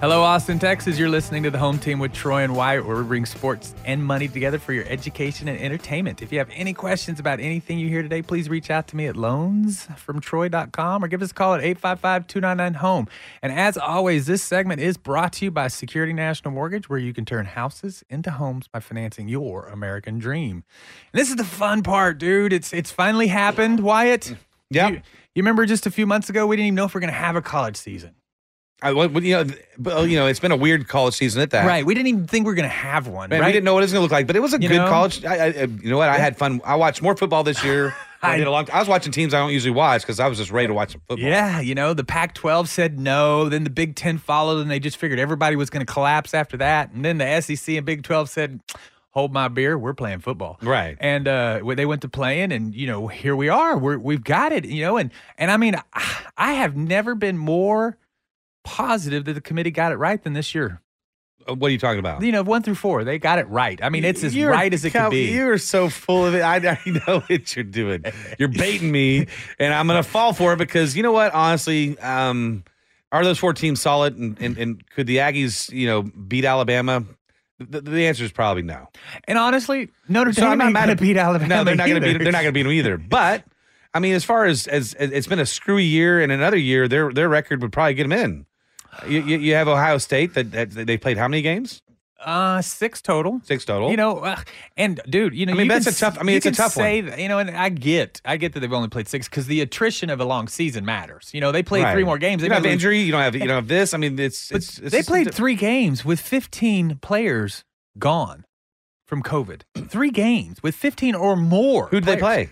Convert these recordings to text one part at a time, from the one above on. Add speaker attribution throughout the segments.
Speaker 1: Hello, Austin, Texas. You're listening to the home team with Troy and Wyatt, where we bring sports and money together for your education and entertainment. If you have any questions about anything you hear today, please reach out to me at loansfromtroy.com or give us a call at 855 299 HOME. E. And as always, this segment is brought to you by Security National Mortgage, where you can turn houses into homes by financing your American dream. And this is the fun part, dude. It's it's finally happened, Wyatt.
Speaker 2: Yeah.
Speaker 1: You, you remember just a few months ago, we didn't even know if we are going to have a college season.
Speaker 2: I, well, you know, th- but, oh, you know, it's been a weird college season at that.
Speaker 1: Right. We didn't even think we were going to have one.
Speaker 2: Man,
Speaker 1: right?
Speaker 2: We didn't know what it was going to look like, but it was a
Speaker 1: You
Speaker 2: good
Speaker 1: know?
Speaker 2: college. I, I, you know what? I had fun. I watched more football this year. than I,
Speaker 1: I-
Speaker 2: did a long. I was watching teams I don't usually watch because I was just ready to watch some football.
Speaker 1: Yeah, you know, the Pac 12 said no. Then the Big 10 followed, and they just figured everybody was going to collapse after that. And then the SEC and Big 12 said, hold my beer. We're playing football.
Speaker 2: Right.
Speaker 1: And uh, well, they went to playing, and, you know, here we are. We're, we've got it, you know. And, and I mean, I I have never been more positive that the committee got it right than this year.
Speaker 2: Uh, What are you talking about?
Speaker 1: You know, one through four, they got it right. I mean, it's as
Speaker 2: You're-
Speaker 1: right as it
Speaker 2: Cal-
Speaker 1: could be.
Speaker 2: You're so full of it. I, I know what you're doing. You're baiting me, and I'm going to fall for it because you know what? Honestly, um, are those four teams solid? And, and and could the Aggies, you know, beat Alabama? The, the answer is probably no.
Speaker 1: And honestly, Notre Dame
Speaker 2: So I'm not
Speaker 1: ain't
Speaker 2: mad
Speaker 1: gonna
Speaker 2: at
Speaker 1: beat Alabama.
Speaker 2: No, they're not going to
Speaker 1: either.
Speaker 2: beat. They're not going to beat them either. But I mean, as far as as it's been a screwy year, and another year, their their record would probably get them in. You, you, you have Ohio State that, that they played how many games?
Speaker 1: Uh, six total.
Speaker 2: Six total.
Speaker 1: You know, ugh, and dude, you know,
Speaker 2: I mean,
Speaker 1: you
Speaker 2: that's
Speaker 1: can
Speaker 2: a tough- I mean,
Speaker 1: you
Speaker 2: it's a
Speaker 1: can
Speaker 2: tough one.
Speaker 1: say that- you know, and I get, I get that they've only played six because the attrition of a long season matters. You know, they played
Speaker 2: Right.
Speaker 1: three more games. They
Speaker 2: You don't have
Speaker 1: may lose-
Speaker 2: injury. You don't have you don't have this. I mean, it's,
Speaker 1: but
Speaker 2: it's, it's
Speaker 1: they
Speaker 2: just-
Speaker 1: played three games with 15 players gone from COVID. three games with 15 or more.
Speaker 2: Who'd they
Speaker 1: players.
Speaker 2: play?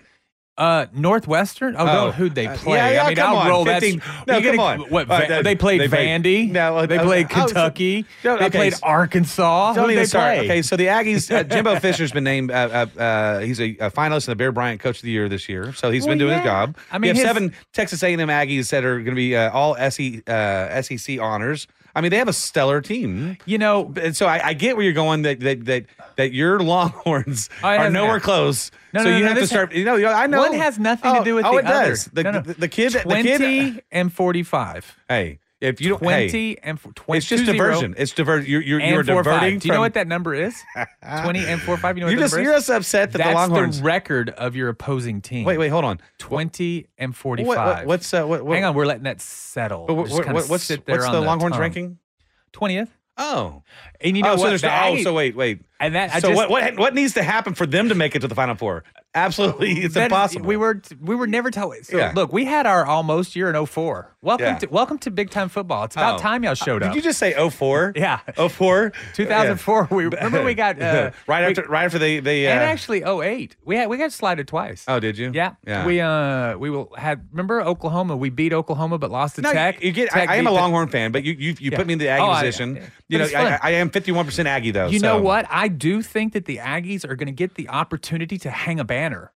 Speaker 1: Uh, Northwestern. Oh,
Speaker 2: Oh.
Speaker 1: no, who'd they
Speaker 2: Uh,
Speaker 1: play?
Speaker 2: yeah, yeah,
Speaker 1: I mean,
Speaker 2: come
Speaker 1: I'll
Speaker 2: on,
Speaker 1: roll
Speaker 2: 15
Speaker 1: that.
Speaker 2: no,
Speaker 1: you gotta-
Speaker 2: come on.
Speaker 1: What?
Speaker 2: Uh,
Speaker 1: Va-
Speaker 2: that-
Speaker 1: they played
Speaker 2: they played-
Speaker 1: Vandy.
Speaker 2: No,
Speaker 1: they
Speaker 2: uh,
Speaker 1: played
Speaker 2: oh, so-
Speaker 1: Kentucky.
Speaker 2: No,
Speaker 1: they
Speaker 2: okay,
Speaker 1: played
Speaker 2: so-
Speaker 1: Arkansas.
Speaker 2: Don't
Speaker 1: Oh, Who'd
Speaker 2: even
Speaker 1: they
Speaker 2: start.
Speaker 1: play?
Speaker 2: Okay, so the Aggies, uh, Jimbo Fisher's been named. Uh, uh, uh, he's a, a finalist in the Bear Bryant Coach of the Year this year, so he's
Speaker 1: Well,
Speaker 2: been doing his
Speaker 1: yeah.
Speaker 2: job.
Speaker 1: I
Speaker 2: I mean,
Speaker 1: mean,
Speaker 2: you have
Speaker 1: his-
Speaker 2: seven Texas A&M Aggies that are going to be uh, all SEC, uh, SEC honors. I mean, they have a stellar team.
Speaker 1: you know,
Speaker 2: And so I, I get where you're going that that that, that your Longhorns
Speaker 1: Oh, it
Speaker 2: are
Speaker 1: doesn't-
Speaker 2: nowhere close.
Speaker 1: No,
Speaker 2: so
Speaker 1: no,
Speaker 2: you
Speaker 1: no,
Speaker 2: have to
Speaker 1: this-
Speaker 2: start. You know, you know, I know
Speaker 1: One has nothing
Speaker 2: Oh,
Speaker 1: to do with
Speaker 2: oh,
Speaker 1: the
Speaker 2: it
Speaker 1: other.
Speaker 2: does. The,
Speaker 1: No, no.
Speaker 2: the, the kid, the
Speaker 1: twenty
Speaker 2: kid.
Speaker 1: and forty-five.
Speaker 2: Hey, if you don't, hey,
Speaker 1: Twenty and fo- twenty.
Speaker 2: it's just
Speaker 1: two zero
Speaker 2: diversion. It's diversion. You're you're,
Speaker 1: And
Speaker 2: you're
Speaker 1: four five.
Speaker 2: diverting.
Speaker 1: Do you know
Speaker 2: from-
Speaker 1: what that number is? Twenty and four five. You know what
Speaker 2: You're
Speaker 1: that
Speaker 2: just
Speaker 1: number
Speaker 2: you're
Speaker 1: is?
Speaker 2: just upset that
Speaker 1: That's
Speaker 2: the Longhorns.
Speaker 1: the record of your opposing team.
Speaker 2: wait, wait, hold on.
Speaker 1: Twenty and
Speaker 2: What-
Speaker 1: forty-five.
Speaker 2: what- what's uh, what, what,
Speaker 1: Hang on, we're letting that settle.
Speaker 2: But what,
Speaker 1: Just kinda
Speaker 2: what- what's
Speaker 1: sit there
Speaker 2: what's
Speaker 1: on
Speaker 2: the Longhorns
Speaker 1: tongue.
Speaker 2: ranking?
Speaker 1: 20th.
Speaker 2: Oh,
Speaker 1: And you know
Speaker 2: oh,
Speaker 1: what?
Speaker 2: so there's
Speaker 1: The
Speaker 2: no, oh,
Speaker 1: Aggie-
Speaker 2: so wait, wait.
Speaker 1: And that I
Speaker 2: so
Speaker 1: just,
Speaker 2: what, what what needs to happen for them to make it to the Final Four? Absolutely, it's
Speaker 1: that-
Speaker 2: impossible.
Speaker 1: We were we were never told. So
Speaker 2: Yeah.
Speaker 1: look, we had our almost year in 04. Welcome
Speaker 2: Yeah.
Speaker 1: to welcome to big time football. It's about
Speaker 2: Oh.
Speaker 1: time y'all showed
Speaker 2: Did
Speaker 1: up.
Speaker 2: you just say 04?
Speaker 1: Yeah.
Speaker 2: 04?
Speaker 1: 2004. We remember we got uh,
Speaker 2: right
Speaker 1: we-
Speaker 2: after right after they they uh,
Speaker 1: and actually 08. We had we got slided twice.
Speaker 2: Oh, did you?
Speaker 1: yeah.
Speaker 2: Yeah.
Speaker 1: We uh we will had remember Oklahoma. We beat Oklahoma but lost to
Speaker 2: no,
Speaker 1: Tech.
Speaker 2: you get.
Speaker 1: Tech
Speaker 2: I, I am
Speaker 1: beat
Speaker 2: a
Speaker 1: the-
Speaker 2: Longhorn fan, but you you, you
Speaker 1: Yeah.
Speaker 2: put me in the Aggie
Speaker 1: Oh, I-
Speaker 2: position.
Speaker 1: yeah. But
Speaker 2: You know,
Speaker 1: it's
Speaker 2: I,
Speaker 1: fun.
Speaker 2: I am fifty one percent Aggie though.
Speaker 1: You know
Speaker 2: so-
Speaker 1: what? I do think that the Aggies are going to get the opportunity to hang a banner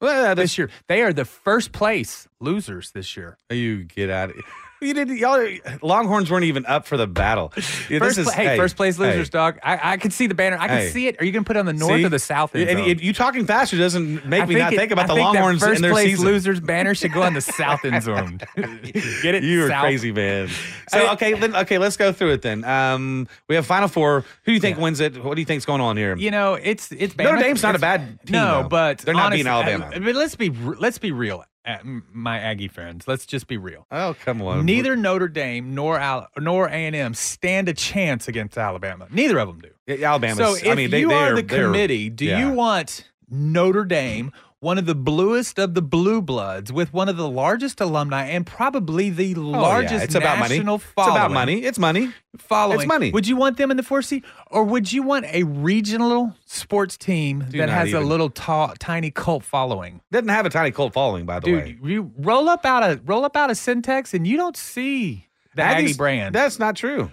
Speaker 2: Well,
Speaker 1: this year. They are the first place losers this year.
Speaker 2: You get out of You didn't. Y'all, are- Longhorns weren't even up for the battle. Yeah,
Speaker 1: First,
Speaker 2: this is-
Speaker 1: pla- hey, first place losers, dog. I, I can see the banner. I can
Speaker 2: Hey.
Speaker 1: see it. Are you going to put it on the north
Speaker 2: See?
Speaker 1: or the south? End
Speaker 2: And
Speaker 1: zone?
Speaker 2: it- you talking faster doesn't make
Speaker 1: I
Speaker 2: me not
Speaker 1: it-
Speaker 2: think about
Speaker 1: I
Speaker 2: the
Speaker 1: that
Speaker 2: Longhorns
Speaker 1: first
Speaker 2: and their
Speaker 1: place
Speaker 2: season.
Speaker 1: losers banner should go on the south end zone. Get it?
Speaker 2: You are
Speaker 1: South.
Speaker 2: crazy, man. So okay, then, okay, let's go through it then. Um, we have Final Four. Who do you think wins it? What do you think's going on here?
Speaker 1: You know, it's it's Bama.
Speaker 2: Notre Dame's not a
Speaker 1: It's-
Speaker 2: bad team,
Speaker 1: No,
Speaker 2: though.
Speaker 1: but
Speaker 2: They're not beating
Speaker 1: honestly,
Speaker 2: Alabama.
Speaker 1: I, but let's be re- let's be real, uh, m- my Aggie friends. Let's just be real.
Speaker 2: oh come on.
Speaker 1: Neither Notre Dame nor Al- nor A and M stand a chance against Alabama. Neither of them do.
Speaker 2: Yeah, Alabama's.
Speaker 1: So if
Speaker 2: I mean, they,
Speaker 1: you
Speaker 2: they
Speaker 1: are
Speaker 2: are
Speaker 1: the
Speaker 2: they're-
Speaker 1: committee, do
Speaker 2: yeah.
Speaker 1: you want Notre Dame, one of the bluest of the blue bloods, with one of the largest alumni and probably the
Speaker 2: Oh, yeah,
Speaker 1: largest
Speaker 2: It's about money.
Speaker 1: national
Speaker 2: It's
Speaker 1: following?
Speaker 2: about money. It's money.
Speaker 1: Following.
Speaker 2: It's money.
Speaker 1: Would you want them in the four seat, or would you want a regional sports team that
Speaker 2: not
Speaker 1: has a
Speaker 2: even.
Speaker 1: little ta- tiny cult following?
Speaker 2: Doesn't have a tiny cult following, by the
Speaker 1: Dude,
Speaker 2: way.
Speaker 1: you roll up out a roll up out a syntax, and you don't see the Aggie
Speaker 2: Aggies-
Speaker 1: brand.
Speaker 2: That's not true.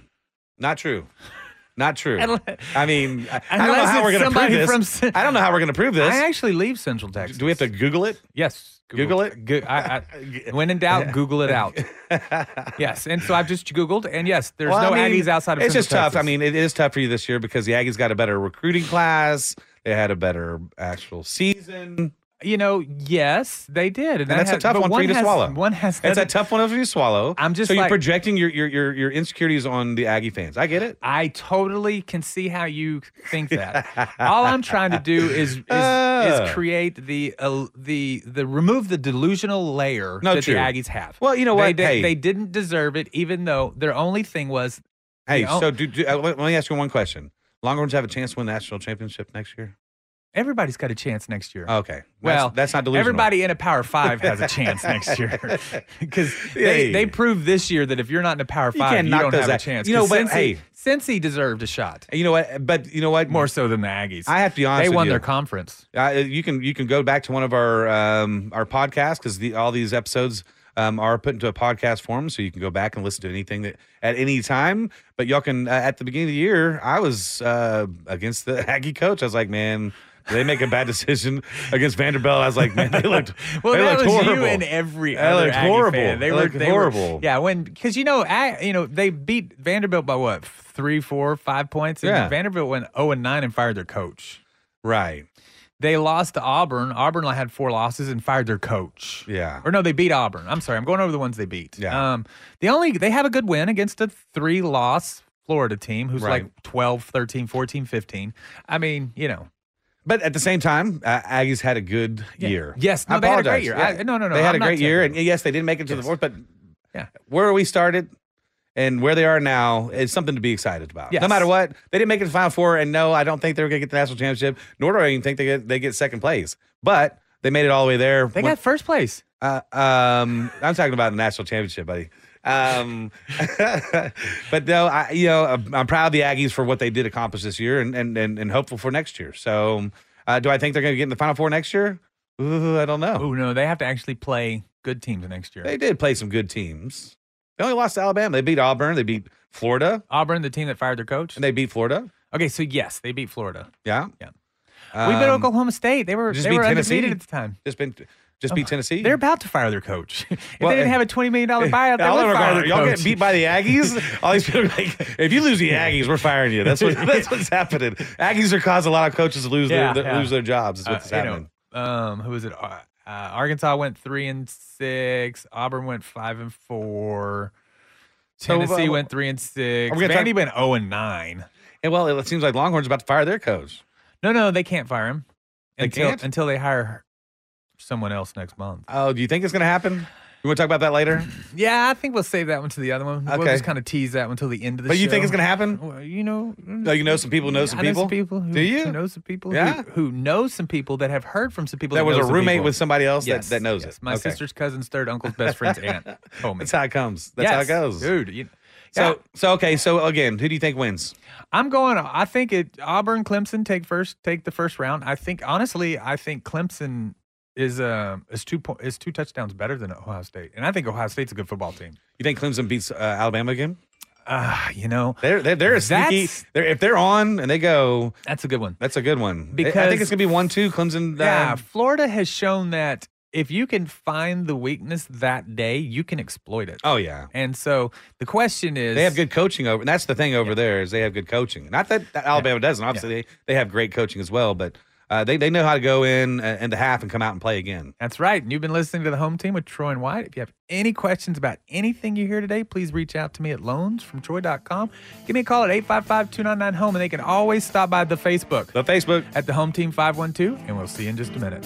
Speaker 2: Not true. Not true.
Speaker 1: Unle-
Speaker 2: I mean, I, I don't know
Speaker 1: Unless
Speaker 2: how we're
Speaker 1: it's
Speaker 2: going to prove
Speaker 1: somebody
Speaker 2: this.
Speaker 1: from Cin-
Speaker 2: I don't know how we're going to prove this.
Speaker 1: I actually leave Central Texas.
Speaker 2: Do we have to Google it?
Speaker 1: Yes.
Speaker 2: Google it?
Speaker 1: Go- I, I, when in doubt, Google it out. yes. And so I've just Googled, and yes, there's
Speaker 2: Well,
Speaker 1: no
Speaker 2: I mean,
Speaker 1: Aggies outside of
Speaker 2: It's
Speaker 1: Central
Speaker 2: just tough. I
Speaker 1: Texas.
Speaker 2: mean, it is tough for you this year because the Aggies got a better recruiting class. They had a better actual season.
Speaker 1: you know, yes, they did. And,
Speaker 2: And
Speaker 1: that
Speaker 2: that's a
Speaker 1: has-
Speaker 2: tough
Speaker 1: but
Speaker 2: one for you to
Speaker 1: has-
Speaker 2: swallow.
Speaker 1: One has
Speaker 2: It's a
Speaker 1: nothing-
Speaker 2: tough one for you to swallow.
Speaker 1: I'm just
Speaker 2: so you're
Speaker 1: like-
Speaker 2: projecting your, your your your insecurities on the Aggie fans. I get it.
Speaker 1: I totally can see how you think that. All I'm trying to do is is,
Speaker 2: Ah.
Speaker 1: is create the uh, the the remove the delusional layer
Speaker 2: No,
Speaker 1: that
Speaker 2: true.
Speaker 1: the Aggies have.
Speaker 2: Well, you know
Speaker 1: They
Speaker 2: what?
Speaker 1: did-
Speaker 2: Hey.
Speaker 1: they didn't deserve it, even though their only thing was
Speaker 2: Hey,
Speaker 1: Yeah.
Speaker 2: so do, do, uh, let, let me ask you one question. Longhorns have a chance to win the national championship next year.
Speaker 1: everybody's got a chance next year.
Speaker 2: Okay, That's-
Speaker 1: Well,
Speaker 2: that's, not delusional.
Speaker 1: Everybody in a Power Five has a chance next year because they,
Speaker 2: Hey.
Speaker 1: they proved this year that if you're not in a Power
Speaker 2: You
Speaker 1: Five, you,
Speaker 2: can't knock
Speaker 1: don't
Speaker 2: those
Speaker 1: have a
Speaker 2: out.
Speaker 1: chance.
Speaker 2: You know,
Speaker 1: 'Cause
Speaker 2: but,
Speaker 1: Cincy,
Speaker 2: hey.
Speaker 1: Cincy deserved a shot
Speaker 2: You know what? But you know what?
Speaker 1: more so than the Aggies.
Speaker 2: I have to be honest.
Speaker 1: they
Speaker 2: with
Speaker 1: won
Speaker 2: you.
Speaker 1: their conference.
Speaker 2: Uh, you can you can go back to one of our um, our podcasts because the, all these episodes um, are put into a podcast form, so you can go back and listen to anything that at any time. But y'all can uh, at the beginning of the year, I was uh, against the Aggie coach. I was like, man. They make a bad decision against Vanderbilt. I was like, man, they looked
Speaker 1: Well,
Speaker 2: they
Speaker 1: that
Speaker 2: looked
Speaker 1: was
Speaker 2: horrible.
Speaker 1: you and every
Speaker 2: They
Speaker 1: other
Speaker 2: looked
Speaker 1: Aggie
Speaker 2: horrible.
Speaker 1: fan. They,
Speaker 2: They
Speaker 1: were
Speaker 2: looked
Speaker 1: they were-
Speaker 2: horrible.
Speaker 1: yeah, when because you know, I you know they beat Vanderbilt by what three, four, five points. And
Speaker 2: Yeah.
Speaker 1: Vanderbilt went zero and nine and fired their coach.
Speaker 2: right.
Speaker 1: They lost to Auburn. Auburn had four losses and fired their coach.
Speaker 2: Yeah.
Speaker 1: Or no, they beat Auburn. I'm sorry. I'm going over the ones they beat.
Speaker 2: Yeah.
Speaker 1: Um, the only they have a good win against a three loss Florida team who's
Speaker 2: Right.
Speaker 1: like 12, 13, 14, 15. I mean, you know.
Speaker 2: But at the same time, uh, Aggies had a good year.
Speaker 1: Yes, no,
Speaker 2: I
Speaker 1: they had a great
Speaker 2: apologize.
Speaker 1: year.
Speaker 2: Yeah.
Speaker 1: I- no, no, no,
Speaker 2: They
Speaker 1: I'm
Speaker 2: had a
Speaker 1: not
Speaker 2: great year, and
Speaker 1: taking-
Speaker 2: yes, they did make it to the fourth. But
Speaker 1: Yeah.
Speaker 2: where we started and where they are now is something to be excited about. No
Speaker 1: Yes.
Speaker 2: matter what, they didn't make it to the final four, and no, I don't think they're going to get the national championship. Nor do I even think they get they get second place. But they made it all the way there.
Speaker 1: They
Speaker 2: When-
Speaker 1: got first place.
Speaker 2: uh, um, I'm talking about the national championship, buddy. Um, but no, I, you know, I'm, I'm proud of the Aggies for what they did accomplish this year, and and and, and hopeful for next year. So, uh, do I think they're going to get in the Final Four next year? Ooh, I don't know.
Speaker 1: Oh no, they have to actually play good teams next year.
Speaker 2: They did play some good teams. They only lost to Alabama. They beat Auburn. They beat Florida,
Speaker 1: Auburn, the team that fired their coach.
Speaker 2: and they beat Florida.
Speaker 1: okay, so yes, they beat Florida.
Speaker 2: Yeah,
Speaker 1: Yeah.
Speaker 2: Um,
Speaker 1: we beat Oklahoma State. They were
Speaker 2: just
Speaker 1: they
Speaker 2: beat
Speaker 1: were
Speaker 2: Tennessee?
Speaker 1: undefeated at the time.
Speaker 2: Just been, just beat Tennessee.
Speaker 1: They're about to fire their coach. if
Speaker 2: Well,
Speaker 1: they
Speaker 2: eh,
Speaker 1: didn't have a twenty million dollar buyout, they
Speaker 2: All
Speaker 1: would
Speaker 2: over
Speaker 1: fire their
Speaker 2: Y'all
Speaker 1: coach.
Speaker 2: get beat by the Aggies. All these people are like, if you lose the Aggies, we're firing you. That's what that's what's happening. Aggies are causing a lot of coaches to lose
Speaker 1: Yeah,
Speaker 2: their, their
Speaker 1: yeah.
Speaker 2: lose their jobs. Is
Speaker 1: Uh,
Speaker 2: what's
Speaker 1: you
Speaker 2: happening.
Speaker 1: know, um, who was it? Ar- Uh, Arkansas went three and six. Auburn went five and four.
Speaker 2: So,
Speaker 1: Tennessee
Speaker 2: uh,
Speaker 1: went three and six.
Speaker 2: we gonna talk-
Speaker 1: Vandy went zero and nine.
Speaker 2: and well, it seems like Longhorns about to fire their coach.
Speaker 1: No, no, they can't fire him
Speaker 2: They
Speaker 1: until
Speaker 2: can't?
Speaker 1: until they hire someone else next month.
Speaker 2: Oh, do you think it's going to happen? You want to talk about that later?
Speaker 1: Yeah, I think we'll save that one to the other one. We'll
Speaker 2: Okay.
Speaker 1: just kind of tease that one till the end of the
Speaker 2: but
Speaker 1: show.
Speaker 2: you think it's going to happen?
Speaker 1: Well, you know, mm.
Speaker 2: Oh, you know some people know some
Speaker 1: I
Speaker 2: people.
Speaker 1: Know some people who,
Speaker 2: Do you?
Speaker 1: who know some people?
Speaker 2: Yeah.
Speaker 1: Who, who know some people that have heard from some people.
Speaker 2: That
Speaker 1: That,
Speaker 2: was
Speaker 1: know
Speaker 2: a
Speaker 1: some
Speaker 2: roommate
Speaker 1: people.
Speaker 2: with somebody else
Speaker 1: Yes,
Speaker 2: that, that knows
Speaker 1: yes.
Speaker 2: it.
Speaker 1: My
Speaker 2: Okay.
Speaker 1: sister's cousin's third uncle's best friend's aunt told me.
Speaker 2: That's how it comes. That's how it
Speaker 1: Yes,
Speaker 2: goes.
Speaker 1: dude. You,
Speaker 2: So
Speaker 1: Yeah.
Speaker 2: so okay. So again, who do you think wins?
Speaker 1: I'm going. I think it. Auburn, Clemson take first. Take the first round. I think honestly, I think Clemson is um is two po- is two touchdowns better than Ohio State, and I think Ohio State's a good football team.
Speaker 2: You think Clemson beats uh, Alabama again?
Speaker 1: Ah, you know,
Speaker 2: They're they're, they're a sneaky.
Speaker 1: That's-
Speaker 2: They're, if they're on and they go,
Speaker 1: that's a good one.
Speaker 2: That's a good one. I- I
Speaker 1: Because-
Speaker 2: think it's gonna be one two Clemson. uh,
Speaker 1: Yeah, Florida has shown that if you can find the weakness that day, you can exploit it.
Speaker 2: Oh yeah.
Speaker 1: And so the question is
Speaker 2: They have good coaching over, and that's the thing over there is they have good coaching. Not that, that Alabama doesn't. Obviously, they, they have great coaching as well, but uh, they they know how to go in uh, in the half and come out and play again.
Speaker 1: That's right. And you've been listening to the home team with Troy and White. If you have any questions about anything you hear today, please reach out to me at loansfromtroy.com. Give me a call at 855 299 home, E, and they can always stop by the Facebook
Speaker 2: The Facebook.
Speaker 1: at the home team 512, and we'll see you in just a minute.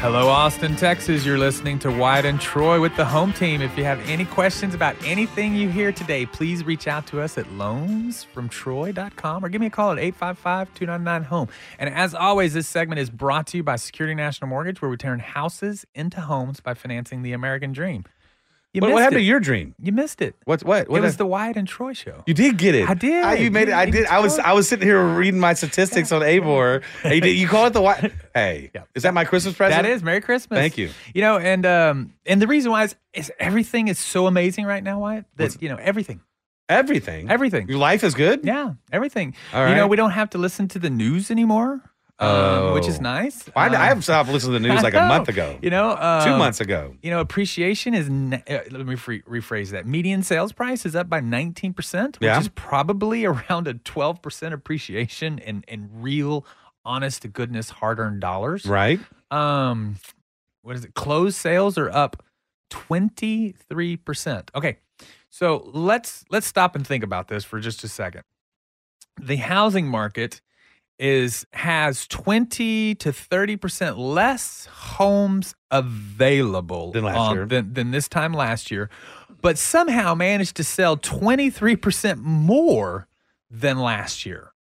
Speaker 1: Hello, Austin, Texas. You're listening to White and Troy with the home team. If you have any questions about anything you hear today, please reach out to us at loansfromtroy.com or give me a call at 855 299 home. And as always, this segment is brought to you by Security National Mortgage, where we turn houses into homes by financing the American dream. You
Speaker 2: What, what
Speaker 1: missed
Speaker 2: happened
Speaker 1: it.
Speaker 2: to your dream?
Speaker 1: You missed it.
Speaker 2: What what what
Speaker 1: it was
Speaker 2: hap-
Speaker 1: the Wyatt and Troy show.
Speaker 2: You did get it.
Speaker 1: I did.
Speaker 2: Ah, you made it. I
Speaker 1: You
Speaker 2: did. I was.
Speaker 1: totally-
Speaker 2: I was sitting here reading my statistics on Avor. And you, did, you call it the white. Hey,
Speaker 1: Yeah.
Speaker 2: is that my Christmas present?
Speaker 1: That is Merry Christmas.
Speaker 2: Thank you.
Speaker 1: You know, and um, and the reason why is, is everything is so amazing right now, Wyatt. That you know everything.
Speaker 2: everything.
Speaker 1: Everything.
Speaker 2: Your life is good.
Speaker 1: Yeah, everything.
Speaker 2: All
Speaker 1: You know,
Speaker 2: right.
Speaker 1: we don't have to listen to the news anymore, um, which is
Speaker 2: Oh.
Speaker 1: nice.
Speaker 2: Why did- I
Speaker 1: Um,
Speaker 2: have stopped listening to the news
Speaker 1: I
Speaker 2: like a month
Speaker 1: know.
Speaker 2: ago.
Speaker 1: You know, um,
Speaker 2: Two months ago.
Speaker 1: You know, appreciation is. Ne- uh, let me free- rephrase that. Median sales price is up by nineteen percent, which
Speaker 2: Yeah.
Speaker 1: is probably around a twelve percent appreciation in in real, honest to goodness, hard earned dollars.
Speaker 2: Right.
Speaker 1: um what is it closed sales are up 23% okay so let's let's stop and think about this for just a second the housing market is has 20 to 30% less homes available
Speaker 2: Than last
Speaker 1: on-
Speaker 2: year.
Speaker 1: than, than this time last year but somehow managed to sell 23% more than last year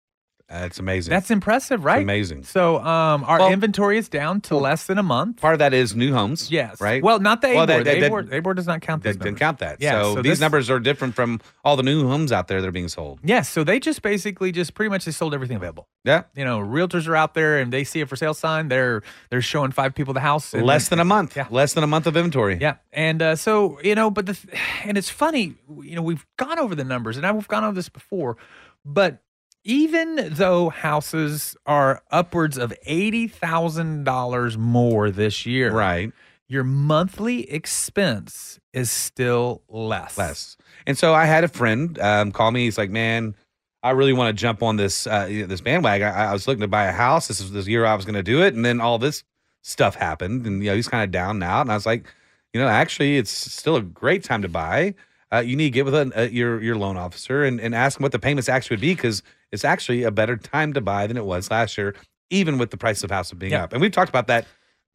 Speaker 2: That's amazing.
Speaker 1: that's impressive right
Speaker 2: amazing.
Speaker 1: so um our
Speaker 2: Well-
Speaker 1: inventory is down to less than a month
Speaker 2: part of that is new homes.
Speaker 1: Yes.
Speaker 2: Right.
Speaker 1: Well, not the A
Speaker 2: Well,
Speaker 1: board.
Speaker 2: that- that-
Speaker 1: a,
Speaker 2: that-
Speaker 1: board, a board does not count
Speaker 2: They
Speaker 1: these numbers.
Speaker 2: didn't count that.
Speaker 1: Yeah,
Speaker 2: so,
Speaker 1: so
Speaker 2: these
Speaker 1: this-
Speaker 2: numbers are different from all the new homes out there that are being sold.
Speaker 1: Yes. So they just basically just pretty much they sold everything available.
Speaker 2: Yeah.
Speaker 1: You know, realtors are out there and they see a for sale sign. They're they're showing five people the house. and-
Speaker 2: Less than a month.
Speaker 1: Yeah.
Speaker 2: Less than a month of inventory.
Speaker 1: Yeah. And uh, so you know, but the th- and it's funny. You know, we've gone over the numbers, and I've gone over this before, but. Even though houses are upwards of eighty thousand dollars more this year,
Speaker 2: Right.
Speaker 1: your monthly expense is still less.
Speaker 2: less. And so I had a friend um, call me. He's like, "Man, I really want to jump on this uh, you know, this bandwagon. I, I was looking to buy a house. This was this year I was going to do it, and then all this stuff happened, and you know he's kind of down now. And I was like, you know, actually, it's still a great time to buy. Uh, you need to get with an, uh, your your loan officer and, and ask him what the payments actually would be because it's actually a better time to buy than it was last year, even with the price of house being
Speaker 1: Yeah.
Speaker 2: up. And we've talked about that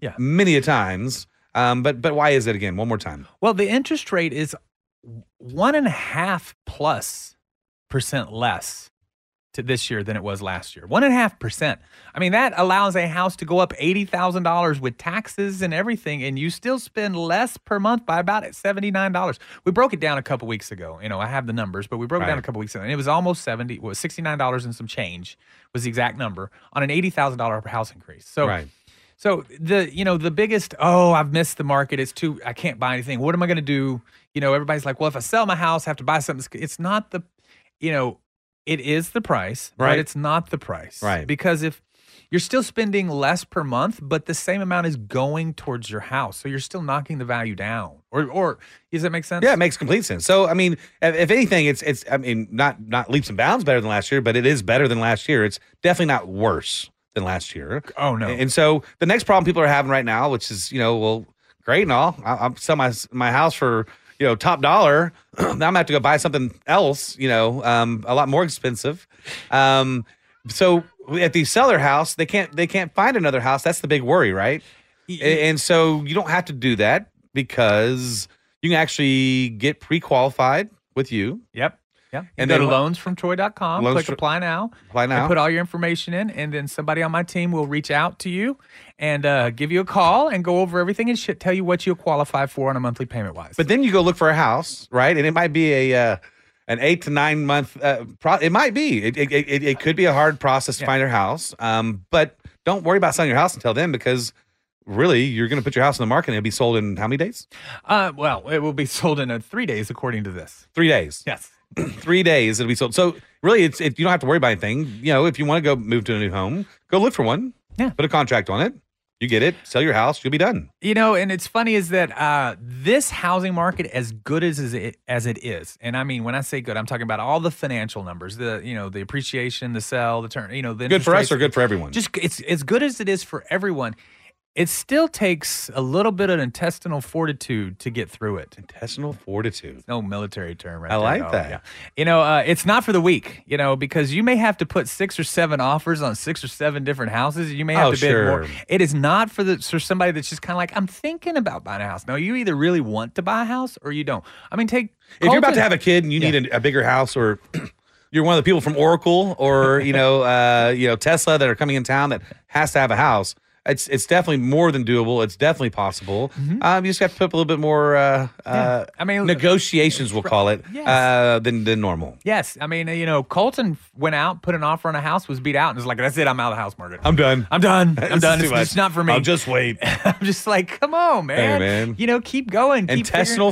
Speaker 1: Yeah.
Speaker 2: many a times. Um, but but why is it again? One more time.
Speaker 1: Well, the interest rate is one and a half plus percent less to this year than it was last year. One and a half percent. I mean, that allows a house to go up eighty thousand dollars with taxes and everything, and you still spend less per month by about seventy nine dollars. We broke it down a couple weeks ago. You know, I have the numbers, but we broke it down
Speaker 2: Right.
Speaker 1: a couple weeks ago, and it was almost seventy. Well, sixty nine dollars and some change was the exact number on an eighty thousand dollar house increase. So.
Speaker 2: right.
Speaker 1: So the you know the biggest oh I've missed the market it's too I can't buy anything what am I going to do you know everybody's like well if I sell my house I have to buy something it's not the you know it is the price
Speaker 2: Right.
Speaker 1: but it's not the price
Speaker 2: Right.
Speaker 1: because if you're still spending less per month but the same amount is going towards your house so you're still knocking the value down or or does that make sense
Speaker 2: Yeah, it makes complete sense. So, I mean, if, if anything, it's it's I mean, not not leaps and bounds better than last year, but it is better than last year. It's definitely not worse than last year.
Speaker 1: oh no
Speaker 2: And so, the next problem people are having right now, which is you know, well, great and all, I, I'm sell my my house for you know top dollar. now I'm gonna have to go buy something else, you know, um, a lot more expensive. Um, so at the seller house, they can't they can't find another house. That's the big worry, right? A- And so you don't have to do that because you can actually get pre-qualified with you.
Speaker 1: yep yeah
Speaker 2: And
Speaker 1: and go
Speaker 2: then
Speaker 1: to
Speaker 2: what-
Speaker 1: loansfromtroy.com
Speaker 2: Loans
Speaker 1: click
Speaker 2: fro-
Speaker 1: apply now
Speaker 2: Apply now.
Speaker 1: I put all your information in, and then somebody on my team will reach out to you and uh, give you a call and go over everything and shit, tell you what you'll qualify for on a monthly payment wise.
Speaker 2: But then you go look for a house, right? And it might be a uh, an eight to nine month. Uh, pro- it might be. It, it, it, it could be a hard process to
Speaker 1: Yeah.
Speaker 2: find your house. Um, but don't worry about selling your house until then because really you're going to put your house on the market and it'll be sold in how many days?
Speaker 1: uh, well, it will be sold in uh, three days, according to this.
Speaker 2: Three days.
Speaker 1: Yes.
Speaker 2: Three days it'll be sold. So really, it's it, you don't have to worry about anything. You know, if you want to go move to a new home, go look for one.
Speaker 1: Yeah.
Speaker 2: Put a contract on it. You get it. Sell your house. You'll be done.
Speaker 1: You know, and it's funny is that uh, this housing market, as good as is it, as it is, and I mean when I say good, I'm talking about all the financial numbers, the you know the appreciation, the sell, the turn, you know, the
Speaker 2: Good for
Speaker 1: interest
Speaker 2: us or
Speaker 1: rates.
Speaker 2: good for everyone.
Speaker 1: Just it's as good as it is for everyone. It still takes a little bit of intestinal fortitude to get through it.
Speaker 2: intestinal fortitude.
Speaker 1: No military term, right?
Speaker 2: I
Speaker 1: there
Speaker 2: like
Speaker 1: at all,
Speaker 2: that.
Speaker 1: You know, uh, it's not for the weak. You know, because you may have to put six or seven offers on six or seven different houses. You may have
Speaker 2: Oh,
Speaker 1: to bid more.
Speaker 2: sure.
Speaker 1: It is not for the for somebody that's just kind of like I'm thinking about buying a house. No, you either really want to buy a house or you don't. I mean, take
Speaker 2: if you're about to
Speaker 1: Colton.
Speaker 2: have a kid and you
Speaker 1: Yeah.
Speaker 2: need a, a bigger house or you're one of the people from Oracle or you know uh, you know Tesla that are coming in town that has to have a house it's it's definitely more than doable it's definitely possible um, you just have to put a little bit more uh, uh,
Speaker 1: Mm-hmm. I mean-
Speaker 2: negotiations we'll call it
Speaker 1: Yes.
Speaker 2: uh, than than normal
Speaker 1: Yes, I mean, you know, Colton went out, put an offer on a house, was beat out, and was like, "That's it, I'm out of the house market.
Speaker 2: I'm done
Speaker 1: I'm done. I'm
Speaker 2: This
Speaker 1: done.
Speaker 2: is
Speaker 1: It's,
Speaker 2: too much.
Speaker 1: it's not for me."
Speaker 2: I'll just wait
Speaker 1: I'm just like, come on, man.
Speaker 2: man.
Speaker 1: You know, keep going. Keep figuring-
Speaker 2: intestinal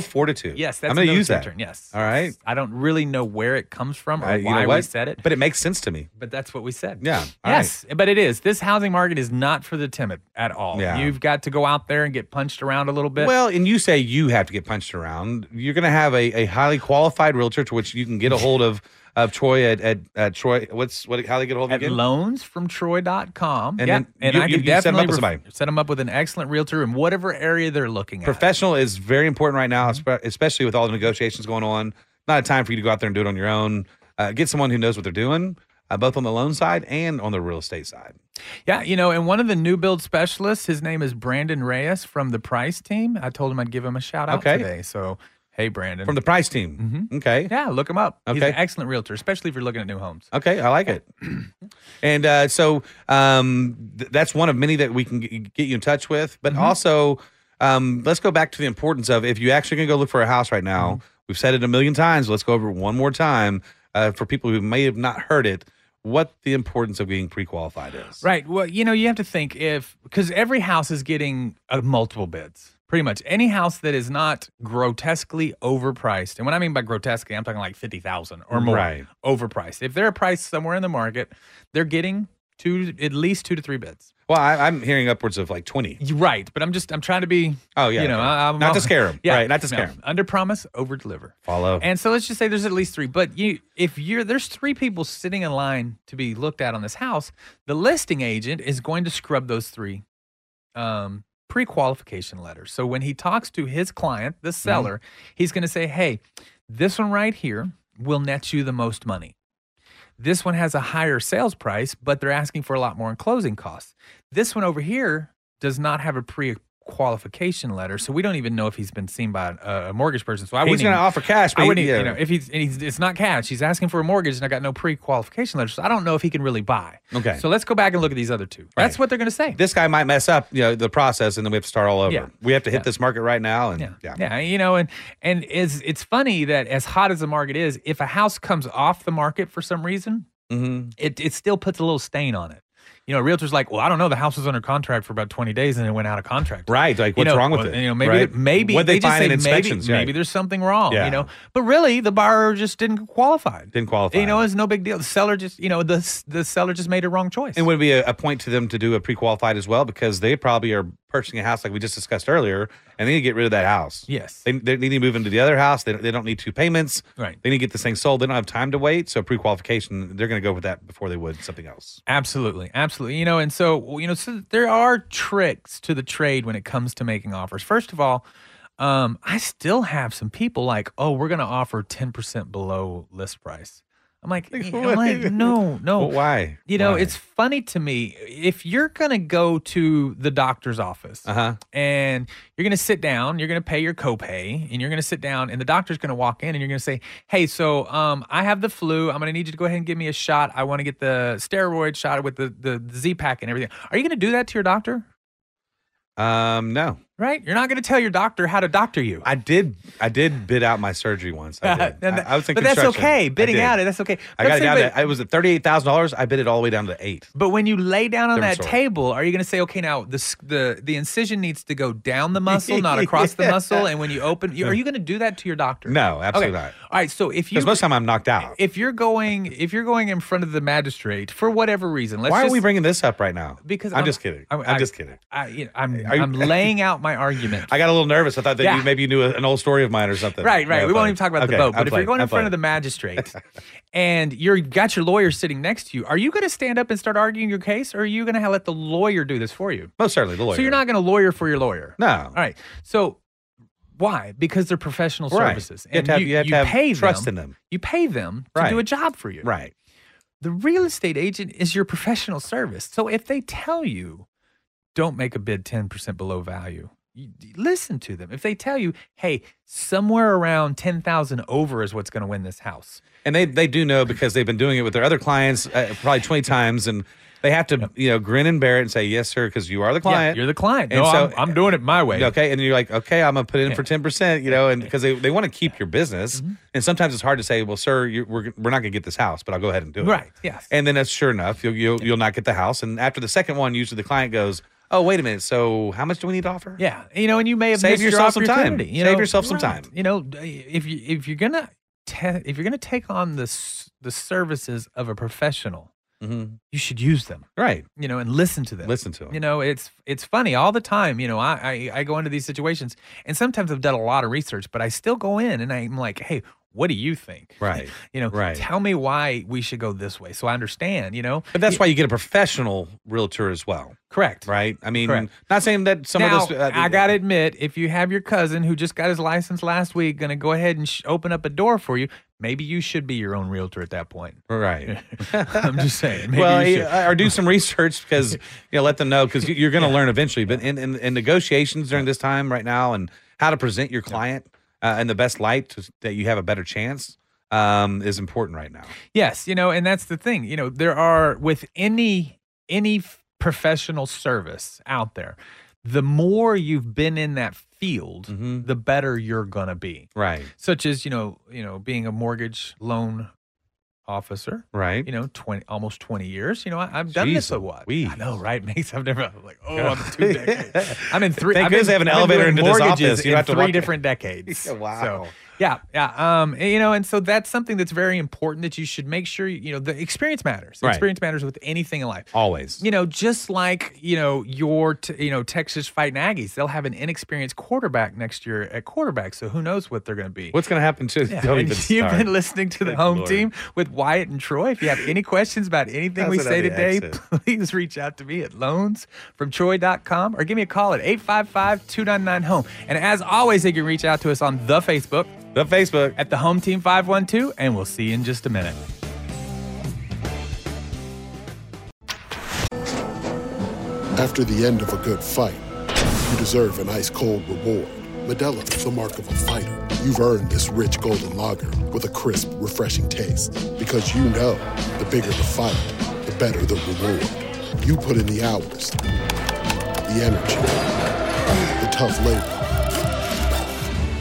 Speaker 2: fortitude
Speaker 1: Yes, that's
Speaker 2: I'm gonna
Speaker 1: another
Speaker 2: use that
Speaker 1: term, Yes.
Speaker 2: all right
Speaker 1: I don't really know where it comes from or
Speaker 2: Uh,
Speaker 1: why
Speaker 2: you know
Speaker 1: we
Speaker 2: what?
Speaker 1: said it, but,
Speaker 2: but it makes sense to me
Speaker 1: but that's what we said.
Speaker 2: Yeah, all
Speaker 1: Yes, but it is. This housing market is not for the timid at all.
Speaker 2: Yeah.
Speaker 1: You've got to go out there and get punched around a little bit.
Speaker 2: Well, and you say you have to get punched around. You're going to have a, a highly qualified realtor to which you can get a hold of of Troy at, at, at Troy. What's what? How they get a hold of
Speaker 1: at
Speaker 2: you again?
Speaker 1: loansfromtroy.com.
Speaker 2: And
Speaker 1: yeah,
Speaker 2: then
Speaker 1: and
Speaker 2: you-
Speaker 1: I
Speaker 2: you-
Speaker 1: can
Speaker 2: you set 'em
Speaker 1: definitely
Speaker 2: up with
Speaker 1: ref-
Speaker 2: somebody.
Speaker 1: set them up with an excellent realtor in whatever area they're looking at.
Speaker 2: Professional is very important right now,
Speaker 1: Mm-hmm.
Speaker 2: espe- especially with all the negotiations going on. Not a time for you to go out there and do it on your own. Uh, get someone who knows what they're doing, uh, both on the loan side and on the real estate side.
Speaker 1: Yeah, you know, and one of the new build specialists, his name is Brandon Reyes from the Price team. I told him I'd give him a shout out
Speaker 2: Okay.
Speaker 1: today. So, hey, Brandon.
Speaker 2: From the price team.
Speaker 1: Mm-hmm.
Speaker 2: Okay.
Speaker 1: yeah, look him up. He's an
Speaker 2: Okay.
Speaker 1: excellent realtor, especially if you're looking at new homes.
Speaker 2: Okay, I like it. and uh, so um, th- that's one of many that we can g- get you in touch with. But
Speaker 1: Mm-hmm.
Speaker 2: also, um, let's go back to the importance of if you actually going to go look for a house right now.
Speaker 1: Mm-hmm.
Speaker 2: We've said it a million times. Let's go over it one more time uh, for people who may have not heard it. What the importance of being pre-qualified is.
Speaker 1: Right. Well, you know, you have to think if because every house is getting uh, multiple bids. Pretty much any house that is not grotesquely overpriced, and when I mean by grotesquely, I'm talking like fifty thousand or more
Speaker 2: Right.
Speaker 1: overpriced. If they're priced somewhere in the market, they're getting two, at least two to three bits.
Speaker 2: Well, I, I'm hearing upwards of like 20.
Speaker 1: You're right, but I'm just I'm trying to be.
Speaker 2: Oh, yeah,
Speaker 1: you know,
Speaker 2: okay.
Speaker 1: I- I'm
Speaker 2: Not to scare 'em, right, not to scare 'em.
Speaker 1: Under promise, over deliver.
Speaker 2: Follow.
Speaker 1: And so let's just say there's at least three. But you, if you're there's three people sitting in line to be looked at on this house, the listing agent is going to scrub those three um, pre-qualification letters. So when he talks to his client, the
Speaker 2: Mm-hmm.
Speaker 1: seller, he's going to say, "Hey, this one right here will net you the most money." This one has a higher sales price, but they're asking for a lot more in closing costs. This one over here does not have a pre qualification letter, so we don't even know if he's been seen by a, a mortgage person. So I
Speaker 2: He's
Speaker 1: wouldn't
Speaker 2: gonna
Speaker 1: even-
Speaker 2: offer cash, but
Speaker 1: I
Speaker 2: he-
Speaker 1: wouldn't, even- you
Speaker 2: yeah.
Speaker 1: know, if he's, and he's it's not cash. He's asking for a mortgage, and I got no pre qualification letter, so I don't know if he can really buy.
Speaker 2: Okay.
Speaker 1: So let's go back and look at these other two. That's
Speaker 2: Right.
Speaker 1: what they're going to say.
Speaker 2: This guy might mess up, you know, the process, and then we have to start all over.
Speaker 1: Yeah.
Speaker 2: We have to hit
Speaker 1: Yeah.
Speaker 2: this market right now, and yeah,
Speaker 1: yeah. you know, and and is it's funny that as hot as the market is, if a house comes off the market for some reason,
Speaker 2: Mhm.
Speaker 1: it it still puts a little stain on it. You know, a realtor's like, well, I don't know, the house was under contract for about twenty days and it went out of contract.
Speaker 2: right. Like,
Speaker 1: You
Speaker 2: what's
Speaker 1: know,
Speaker 2: wrong with
Speaker 1: well,
Speaker 2: it?
Speaker 1: You know, maybe
Speaker 2: right?
Speaker 1: maybe
Speaker 2: What'd
Speaker 1: they, just
Speaker 2: find
Speaker 1: say
Speaker 2: in
Speaker 1: maybe,
Speaker 2: inspections? Yeah.
Speaker 1: maybe there's something wrong.
Speaker 2: Yeah.
Speaker 1: You know, but really the buyer just didn't qualify.
Speaker 2: didn't qualify.
Speaker 1: You know, it's no big deal. The seller just, you know, the the seller just made a wrong choice.
Speaker 2: And would it be a, a point to them to do a pre-qualified as well because they probably are purchasing a house like we just discussed earlier, and they need to get rid of that house.
Speaker 1: yes,
Speaker 2: They, they need to move into the other house. They, they don't need two payments.
Speaker 1: Right.
Speaker 2: They need to get this thing sold. They don't have time to wait. So pre-qualification, they're going to go with that before they would something else.
Speaker 1: Absolutely, absolutely. You know, and so well, you know, so there are tricks to the trade when it comes to making offers. First of all, um, I still have some people like, oh, we're going to offer ten percent below list price. I'm like,
Speaker 2: Like,
Speaker 1: I'm
Speaker 2: what?
Speaker 1: like, no, no.
Speaker 2: Well, why?
Speaker 1: You know,
Speaker 2: Why?
Speaker 1: it's funny to me if you're going to go to the doctor's office
Speaker 2: Uh huh.
Speaker 1: and you're going to sit down, you're going to pay your copay, and you're going to sit down, and the doctor's going to walk in and you're going to say, Hey, so um, I have the flu. I'm going to need you to go ahead and give me a shot. I want to get the steroid shot with the, the, the Z pack and everything. Are you going to do that to your doctor?
Speaker 2: Um, no,
Speaker 1: Right? You're not going to tell your doctor how to doctor you.
Speaker 2: I did. I did bid out my surgery once. I did.
Speaker 1: And
Speaker 2: I, I was in
Speaker 1: but that's
Speaker 2: construction. I
Speaker 1: okay. Bidding
Speaker 2: did.
Speaker 1: out, that's okay. But
Speaker 2: I
Speaker 1: I'm
Speaker 2: got it
Speaker 1: saying,
Speaker 2: down
Speaker 1: but-
Speaker 2: to. It was at thirty-eight thousand dollars. I bid it all the way down to eight.
Speaker 1: But when you lay down on
Speaker 2: Different
Speaker 1: that
Speaker 2: story.
Speaker 1: table, are you going to say, okay, now this, the the incision needs to go down the muscle, not across the
Speaker 2: Yeah.
Speaker 1: muscle? And when you open, you, are you going to do that to your doctor?
Speaker 2: No, absolutely
Speaker 1: Okay.
Speaker 2: not.
Speaker 1: All right. So if you
Speaker 2: Because most of the time I'm knocked out.
Speaker 1: if you're going if you're going in front of the magistrate for whatever reason, let's
Speaker 2: Why
Speaker 1: just,
Speaker 2: are we bringing this up right now?
Speaker 1: because
Speaker 2: I'm, just kidding. I'm,
Speaker 1: I-
Speaker 2: just kidding.
Speaker 1: I, you know, I'm
Speaker 2: Are you-
Speaker 1: I'm laying out my argument.
Speaker 2: I got a little nervous. I thought that
Speaker 1: Yeah.
Speaker 2: you maybe knew a- an old story of mine or something.
Speaker 1: Right, right.
Speaker 2: No,
Speaker 1: we won't
Speaker 2: I'm playing.
Speaker 1: even talk about
Speaker 2: Okay,
Speaker 1: the boat. But
Speaker 2: I'm
Speaker 1: if
Speaker 2: playing.
Speaker 1: you're going in
Speaker 2: I'm
Speaker 1: front of the
Speaker 2: playing.
Speaker 1: magistrate and you're got your lawyer sitting next to you, are you going to stand up and start arguing your case, or are you going to let the lawyer do this for you?
Speaker 2: most certainly the lawyer.
Speaker 1: So you're not going to lawyer for your lawyer.
Speaker 2: No.
Speaker 1: All right. So why? Because they're professional
Speaker 2: Right.
Speaker 1: services,
Speaker 2: You have to have- you have to have
Speaker 1: pay
Speaker 2: trust
Speaker 1: them,
Speaker 2: in them.
Speaker 1: You pay them to do
Speaker 2: Right.
Speaker 1: a job for you.
Speaker 2: right.
Speaker 1: The real estate agent is your professional service. So if they tell you, don't make a bid ten percent below value. You, you listen to them. If they tell you, hey, somewhere around ten thousand over is what's going to win this house.
Speaker 2: And they they do know because they've been doing it with their other clients uh, probably twenty times, and they have to you know grin and bear it and say yes, sir, because you are the client.
Speaker 1: yeah, you're the client.
Speaker 2: And
Speaker 1: no,
Speaker 2: so-
Speaker 1: I'm, I'm doing it my way.
Speaker 2: Okay, and you're like, okay, I'm gonna put in
Speaker 1: Yeah. Mm-hmm.
Speaker 2: for ten percent, you know, and because they, they want to keep your business, and sometimes it's hard to say, well, sir, you we're we're not gonna get this house, but I'll go ahead and do it,
Speaker 1: Right, yes.
Speaker 2: And then that's sure enough, you'll you'll, you'll not get the house, and after the second one, usually the client goes, oh, wait a minute, so how much do we need to offer?
Speaker 1: Yeah, you know, and you may have
Speaker 2: Save
Speaker 1: missed your
Speaker 2: yourself some time.
Speaker 1: opportunity, You
Speaker 2: Save
Speaker 1: know?
Speaker 2: yourself some
Speaker 1: Right.
Speaker 2: time.
Speaker 1: You know, d- if you if you're gonna te- if you're gonna take on the s- the services of a professional,
Speaker 2: Mhm.
Speaker 1: you should use them.
Speaker 2: right.
Speaker 1: You know, and listen to them.
Speaker 2: Listen to 'em.
Speaker 1: You know, it's it's funny all the time. You know, I, I I go into these situations, and sometimes I've done a lot of research, but I still go in and I'm like, hey, what do you think?
Speaker 2: Right.
Speaker 1: You know,
Speaker 2: Right.
Speaker 1: tell me why we should go this way, so I understand. You know,
Speaker 2: But that's why you get a professional realtor as well,
Speaker 1: correct.
Speaker 2: right? I mean,
Speaker 1: Correct.
Speaker 2: not saying that some
Speaker 1: now,
Speaker 2: of those. uh,
Speaker 1: I gotta admit, if you have your cousin who just got his license last week, gonna go ahead and sh- open up a door for you, maybe you should be your own realtor at that point.
Speaker 2: Right.
Speaker 1: I'm just saying. Maybe
Speaker 2: well, uh,
Speaker 1: you should.
Speaker 2: yeah, or do some research because you know, let them know because you're going to learn eventually. But in, in, in negotiations during this time right now, and how to present your client uh, in the best light to, that you have a better chance um, is important right now.
Speaker 1: yes, you know, and that's the thing. You know, there are with any any f- professional service out there, the more you've been in that field,
Speaker 2: Mm-hmm.
Speaker 1: the better you're gonna be.
Speaker 2: Right.
Speaker 1: Such as you know, you know, being a mortgage loan officer.
Speaker 2: Right.
Speaker 1: you know, twenty almost twenty years. You know, I, I've done this
Speaker 2: Jeez
Speaker 1: a what? I
Speaker 2: Louise.
Speaker 1: know, right? Makes I've never I'm like, oh, I'm two decades. I'm in three.
Speaker 2: Thank
Speaker 1: I've been,
Speaker 2: goodness they have an
Speaker 1: I've been
Speaker 2: elevator
Speaker 1: doing
Speaker 2: into this
Speaker 1: mortgages
Speaker 2: office. You
Speaker 1: in
Speaker 2: don't have to
Speaker 1: three
Speaker 2: walk-
Speaker 1: different decades.
Speaker 2: Wow.
Speaker 1: So, Yeah, yeah. Um, and, you know, and so that's something that's very important that you should make sure you know the experience matters. The
Speaker 2: Right.
Speaker 1: Experience matters with anything in life.
Speaker 2: Always.
Speaker 1: You know, just like you know your t- you know Texas fighting Aggies, they'll have an inexperienced quarterback next year at quarterback. So who knows what they're going to be?
Speaker 2: What's going to happen to
Speaker 1: Yeah,
Speaker 2: Don't
Speaker 1: and
Speaker 2: even
Speaker 1: you've
Speaker 2: start.
Speaker 1: been listening to the
Speaker 2: Good
Speaker 1: home
Speaker 2: Lord.
Speaker 1: team with Wyatt and Troy. If you have any questions about anything we
Speaker 2: That's
Speaker 1: say
Speaker 2: another
Speaker 1: today,
Speaker 2: accent.
Speaker 1: please reach out to me at loansfromtroy.com or give me a call at 855 299 home. And as always, you can reach out to us on the Facebook.
Speaker 2: The Facebook.
Speaker 1: At the Home Team 512, and we'll see you in just a minute.
Speaker 3: After the end of a good fight, you deserve an ice cold reward. Medella is the mark of a fighter. You've earned this rich golden lager with a crisp, refreshing taste. Because you know the bigger the fight, the better the reward. You put in the hours, the energy, the tough labor.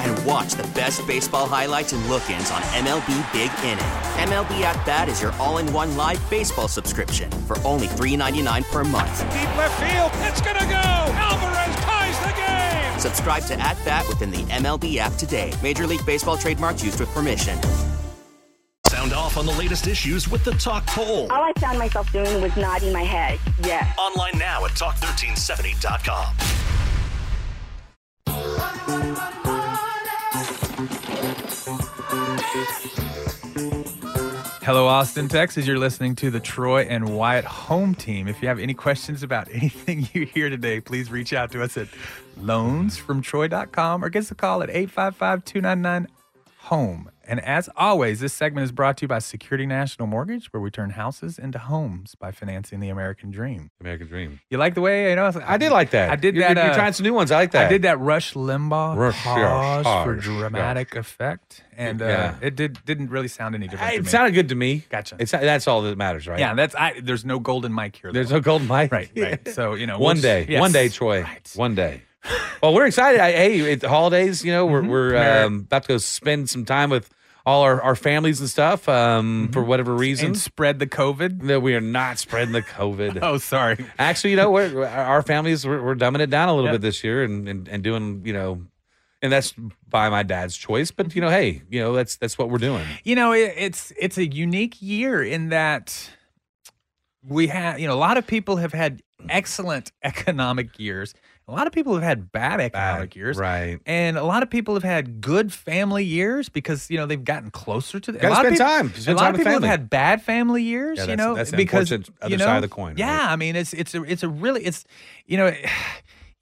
Speaker 4: and watch the best baseball highlights and look ins on MLB Big Inning. MLB At Bat is your all in one live baseball subscription for only $3.99 per month.
Speaker 5: Deep left field, it's gonna go. Alvarez ties the game.
Speaker 4: Subscribe to At Bat within the MLB app today. Major League Baseball trademarks used with permission.
Speaker 6: Sound off on the latest issues with the talk poll.
Speaker 7: All I found myself doing was nodding my head. Yes.
Speaker 6: Online now at talk1370.com.
Speaker 1: Hello, Austin, Texas. You're listening to the Troy and Wyatt Home Team. If you have any questions about anything you hear today, please reach out to us at loansfromtroy.com or give us a call at 855 299 home. And as always, this segment is brought to you by Security National Mortgage, where we turn houses into homes by financing the American dream.
Speaker 2: American Dream.
Speaker 1: You like the way you know? I
Speaker 2: did like that.
Speaker 1: I did
Speaker 2: You're-
Speaker 1: that.
Speaker 2: you're- you're
Speaker 1: uh,
Speaker 2: trying some new ones. I like that.
Speaker 1: I did that Rush Limbaugh
Speaker 2: Rush,
Speaker 1: pause
Speaker 2: yes,
Speaker 1: for
Speaker 2: yes,
Speaker 1: dramatic effect, and uh,
Speaker 2: Yeah.
Speaker 1: it did didn't really sound any different.
Speaker 2: Hey,
Speaker 1: to
Speaker 2: it
Speaker 1: me.
Speaker 2: sounded good to me.
Speaker 1: Gotcha.
Speaker 2: It's that's all that matters, right?
Speaker 1: Yeah, that's I. There's no golden mic here.
Speaker 2: There's no golden mic.
Speaker 1: Right, right. So you know,
Speaker 2: one
Speaker 1: we'll-
Speaker 2: day,
Speaker 1: yes.
Speaker 2: one day, Troy, one day. Well, we're excited. I, hey, it's holidays. You know, we're
Speaker 1: Mm-hmm.
Speaker 2: we're
Speaker 1: Merry-
Speaker 2: um, about to go spend some time with all our, our families and stuff. Um,
Speaker 1: Mm-hmm.
Speaker 2: for whatever reason,
Speaker 1: And spread the COVID.
Speaker 2: No, we are not spreading the COVID.
Speaker 1: Oh, sorry.
Speaker 2: Actually, you know, we're, our families we're, we're dumbing it down a little
Speaker 1: Yeah.
Speaker 2: bit this year, and, and and doing you know, and that's by my dad's choice. But you know,
Speaker 1: Mm-hmm.
Speaker 2: hey, you know, that's that's what we're doing.
Speaker 1: You know, it, it's it's a unique year in that we have you know a lot of people have had excellent economic years. A lot of people have had bad economic years,
Speaker 2: right?
Speaker 1: And a lot of people have had good family years because you know they've gotten closer to. The, a
Speaker 2: Gotta
Speaker 1: lot of
Speaker 2: spend
Speaker 1: people-
Speaker 2: time.
Speaker 1: a
Speaker 2: Spend
Speaker 1: lot
Speaker 2: time
Speaker 1: of
Speaker 2: with
Speaker 1: people have
Speaker 2: family.
Speaker 1: had bad family years.
Speaker 2: Yeah,
Speaker 1: you
Speaker 2: that's-
Speaker 1: know,
Speaker 2: that's the
Speaker 1: because
Speaker 2: unfortunate other
Speaker 1: you know,
Speaker 2: side of the coin, right?
Speaker 1: Yeah, I mean, it's it's a it's a really it's you know.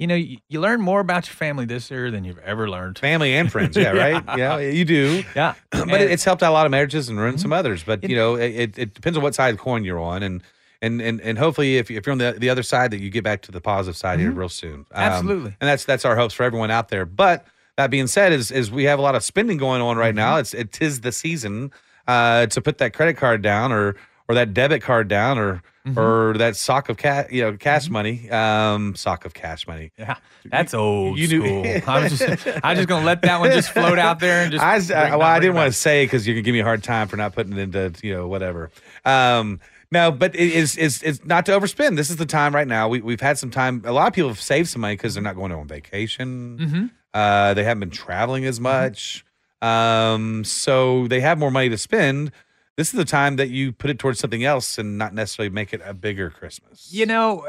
Speaker 1: You know, you, you learn more about your family this year than you've ever learned.
Speaker 2: Family and friends, yeah, right? Yeah, you do.
Speaker 1: Yeah,
Speaker 2: but it, it's helped out a lot of marriages and ruined some others. But you know, it, it, it depends on what side of the coin you're on, and and and, and hopefully, if, you- if you're on the, the other side, that you get back to the positive side here
Speaker 1: Mhm.
Speaker 2: real soon. Um,
Speaker 1: Absolutely.
Speaker 2: and that's that's our hopes for everyone out there. But that being said, is is we have a lot of spending going on right now. It's it is the season uh, to put that credit card down or or that debit card down or or that sock of cash you know cash money um sock of cash money
Speaker 1: Yeah, that's old
Speaker 2: You knew-
Speaker 1: school. I'm just, I'm just gonna let that one just float out there and just.
Speaker 2: I, was- I-
Speaker 1: bring-
Speaker 2: well, I didn't want to say because you're gonna give me a hard time for not putting it into you know whatever. Um, no, but it is is it's not to overspend. This is the time right now. We we've had some time. A lot of people have saved some money because they're not going on vacation.
Speaker 1: Mhm.
Speaker 2: Uh, they haven't been traveling as
Speaker 1: Mm-hmm.
Speaker 2: much. Um, so they have more money to spend. This is the time that you put it towards something else and not necessarily make it a bigger Christmas.
Speaker 1: You know,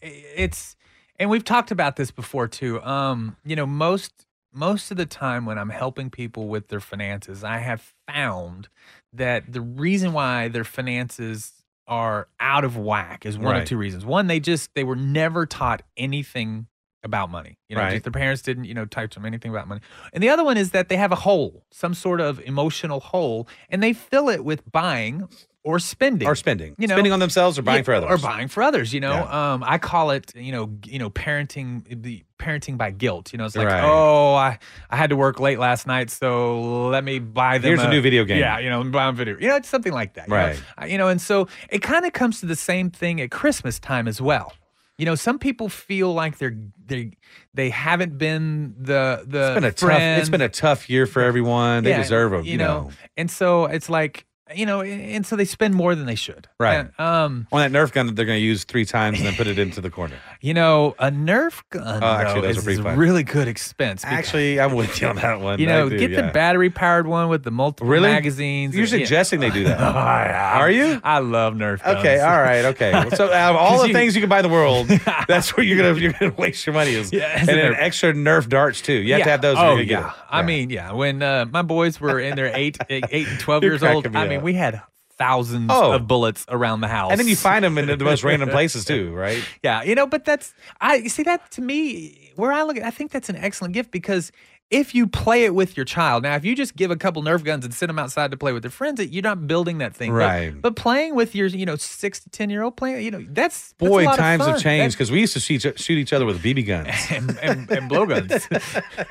Speaker 1: it's and we've talked about this before too. Um, you know, most most of the time when I'm helping people with their finances, I have found that the reason why their finances are out of whack is one
Speaker 2: Right.
Speaker 1: of two reasons. One, they just they were never taught anything about money. You know,
Speaker 2: Right.
Speaker 1: just their parents didn't, you know, teach them anything about money. And the other one is that they have a hole, some sort of emotional hole, and they fill it with buying or spending.
Speaker 2: Or spending.
Speaker 1: You know,
Speaker 2: Spending on themselves or buying for
Speaker 1: Or
Speaker 2: others.
Speaker 1: buying for others, you know. Um I call it, you know, g- you know, parenting the parenting by guilt. You know, it's like,
Speaker 2: Right.
Speaker 1: oh, I, I had to work late last night, so let me buy them.
Speaker 2: Here's a new video game.
Speaker 1: Yeah, you know, buy them video. You know, it's something like that. you know.
Speaker 2: Right.
Speaker 1: Uh, You know, and so it kind of comes to the same thing at Christmas time as well. You know, some people feel like they're they they haven't been the the
Speaker 2: It's been a tough.
Speaker 1: friend.
Speaker 2: It's been a tough year for everyone. They
Speaker 1: Yeah,
Speaker 2: deserve them. You, know,
Speaker 1: And so it's like you know, and so they spend more than they should.
Speaker 2: right?
Speaker 1: And, um,
Speaker 2: On that Nerf gun that they're going to use three times and then put it into the corner.
Speaker 1: you know, a Nerf gun
Speaker 2: Oh, actually,
Speaker 1: though,
Speaker 2: those
Speaker 1: is
Speaker 2: are pretty
Speaker 1: a
Speaker 2: fun.
Speaker 1: really good expense. because-
Speaker 2: Actually, I'm with you on that one.
Speaker 1: you
Speaker 2: I
Speaker 1: know,
Speaker 2: do,
Speaker 1: get
Speaker 2: yeah.
Speaker 1: the battery powered one with the multiple
Speaker 2: Really?
Speaker 1: magazines.
Speaker 2: You're
Speaker 1: and- yeah. Oh,
Speaker 2: suggesting they do that. Are you?
Speaker 1: I love Nerf. Guns.
Speaker 2: Okay, all right, okay. So out of all
Speaker 1: 'Cause
Speaker 2: the
Speaker 1: you-
Speaker 2: things you can buy in the world, that's where you're gonna you're gonna waste your money is.
Speaker 1: Yeah,
Speaker 2: and
Speaker 1: it's a
Speaker 2: then
Speaker 1: Nerf.
Speaker 2: extra Nerf darts too. You have to have those. if
Speaker 1: Oh
Speaker 2: you're gonna
Speaker 1: yeah.
Speaker 2: get it.
Speaker 1: I mean, yeah. When uh, my boys were in their eight, eight, eight and twelve
Speaker 2: You're
Speaker 1: years old,
Speaker 2: cracking me
Speaker 1: I mean,
Speaker 2: up.
Speaker 1: we had thousands
Speaker 2: Oh.
Speaker 1: of bullets around the house,
Speaker 2: And then you find them in the most random places too, right?
Speaker 1: Yeah, you know, but that's I you see that to me where I look at. I think that's an excellent gift because if you play it with your child, now if you just give a couple Nerf guns and send them outside to play with their friends, you're not building that thing, But-
Speaker 2: Right.
Speaker 1: But, playing with your you know six to ten year old playing, you know, that's that's a
Speaker 2: Boy,
Speaker 1: lot of
Speaker 2: times have
Speaker 1: fun.
Speaker 2: changed because we used to shoot, shoot each other with BB guns.
Speaker 1: and, and, and blowguns.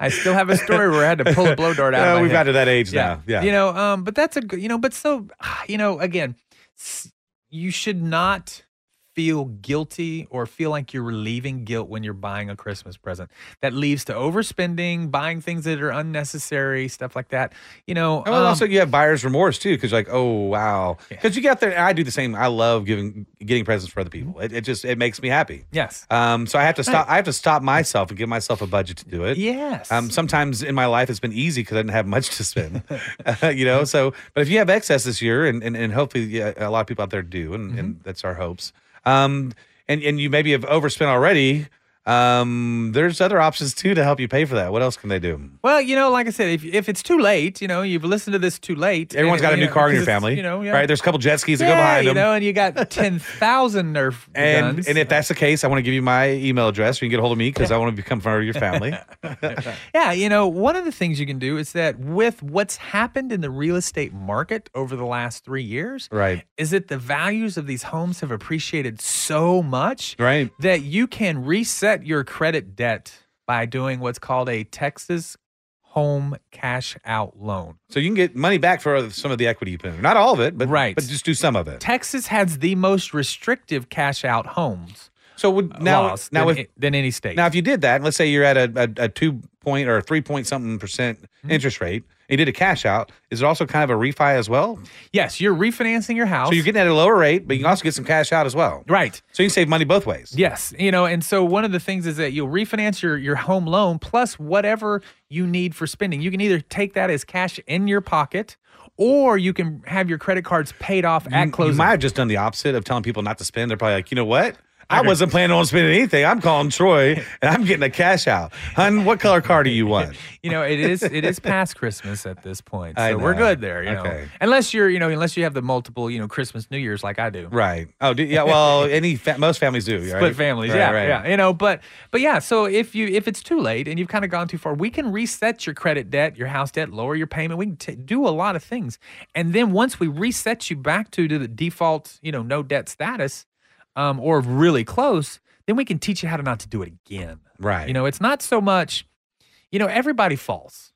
Speaker 1: I still have a story where I had to pull a blow dart out.
Speaker 2: Yeah,
Speaker 1: of my
Speaker 2: we've
Speaker 1: head.
Speaker 2: got to that age now. Yeah.
Speaker 1: you know. Um, but that's a good, you know. But so, ah, you know, again, s- you should not feel guilty or feel like you're relieving guilt when you're buying a Christmas present. That leads to overspending, buying things that are unnecessary, stuff like that. You know.
Speaker 2: And well,
Speaker 1: um,
Speaker 2: also you have buyer's remorse too, because like, oh wow, because you got there. And I do the same. I love giving, getting presents for other people. It, it just it makes me happy.
Speaker 1: yes.
Speaker 2: Um, so I have to
Speaker 1: Right.
Speaker 2: stop. I have to stop myself and give myself a budget to do it.
Speaker 1: Yes.
Speaker 2: Um, sometimes in my life it's been easy because I didn't have much to spend, uh, you know. So, but if you have excess this year, and and, and hopefully yeah, a lot of people out there do, and,
Speaker 1: Mm-hmm.
Speaker 2: and that's our hopes. Um, and and you maybe have overspent already. Um, there's other options too to help you pay for that. What else can they do?
Speaker 1: Well, you know, like I said, if, if it's too late, you know, you've listened to this too late.
Speaker 2: Everyone's
Speaker 1: and,
Speaker 2: got a
Speaker 1: you
Speaker 2: new
Speaker 1: know,
Speaker 2: car in your
Speaker 1: 'cause it's,
Speaker 2: family,
Speaker 1: You know, yeah.
Speaker 2: right? There's a couple jet skis that
Speaker 1: yeah,
Speaker 2: go behind
Speaker 1: you
Speaker 2: them.
Speaker 1: know, and you got ten thousand Nerf
Speaker 2: And
Speaker 1: guns.
Speaker 2: and if that's the case, I want to give you my email address. You can get a hold of me because I want to become part of your family.
Speaker 1: yeah, you know, one of the things you can do is that with what's happened in the real estate market over the last three years,
Speaker 2: right.
Speaker 1: is that the values of these homes have appreciated so much
Speaker 2: Right.
Speaker 1: that you can reset your credit debt by doing what's called a Texas home cash out loan.
Speaker 2: So you can get money back for some of the equity you put in. Not all of it, but
Speaker 1: Right.
Speaker 2: but just do some of it.
Speaker 1: Texas has the most restrictive cash out homes.
Speaker 2: So
Speaker 1: Uh,
Speaker 2: would now
Speaker 1: laws
Speaker 2: now
Speaker 1: than,
Speaker 2: if,
Speaker 1: than any state.
Speaker 2: now if you did that, and let's say you're at a, a, a two point or a three point something percent interest rate, and you did a cash out, is it also kind of a refi as well?
Speaker 1: yes, you're refinancing your house.
Speaker 2: So you're getting at a lower rate, but you can also get some cash out as well.
Speaker 1: Right.
Speaker 2: So you can save money both ways.
Speaker 1: Yes, you know, and so one of the things is that you'll refinance your your home loan plus whatever you need for spending. You can either take that as cash in your pocket, or you can have your credit cards paid off at
Speaker 2: You-
Speaker 1: closing.
Speaker 2: You might have just done the opposite of telling people not to spend. They're probably like, you know what? I wasn't planning on spending anything. I'm calling Troy and I'm getting a cash out. Hun, what color car do you want?
Speaker 1: you know, it is it is past Christmas at this point,
Speaker 2: I
Speaker 1: so we're
Speaker 2: know.
Speaker 1: good there. You know,
Speaker 2: Okay.
Speaker 1: unless you're you know unless you have the multiple you know Christmas New Year's like I do.
Speaker 2: Right. Oh, do, yeah. Well, any fa- most families do. Right?
Speaker 1: split families.
Speaker 2: Right,
Speaker 1: yeah,
Speaker 2: right.
Speaker 1: yeah. You know, but but yeah. So if you if it's too late and you've kind of gone too far, we can reset your credit debt, your house debt, lower your payment. We can t- do a lot of things, and then once we reset you back to, to the default, you know, no debt status, um, or really close, then we can teach you how to not to do it again.
Speaker 2: Right.
Speaker 1: You know, it's not so much. You know, everybody falls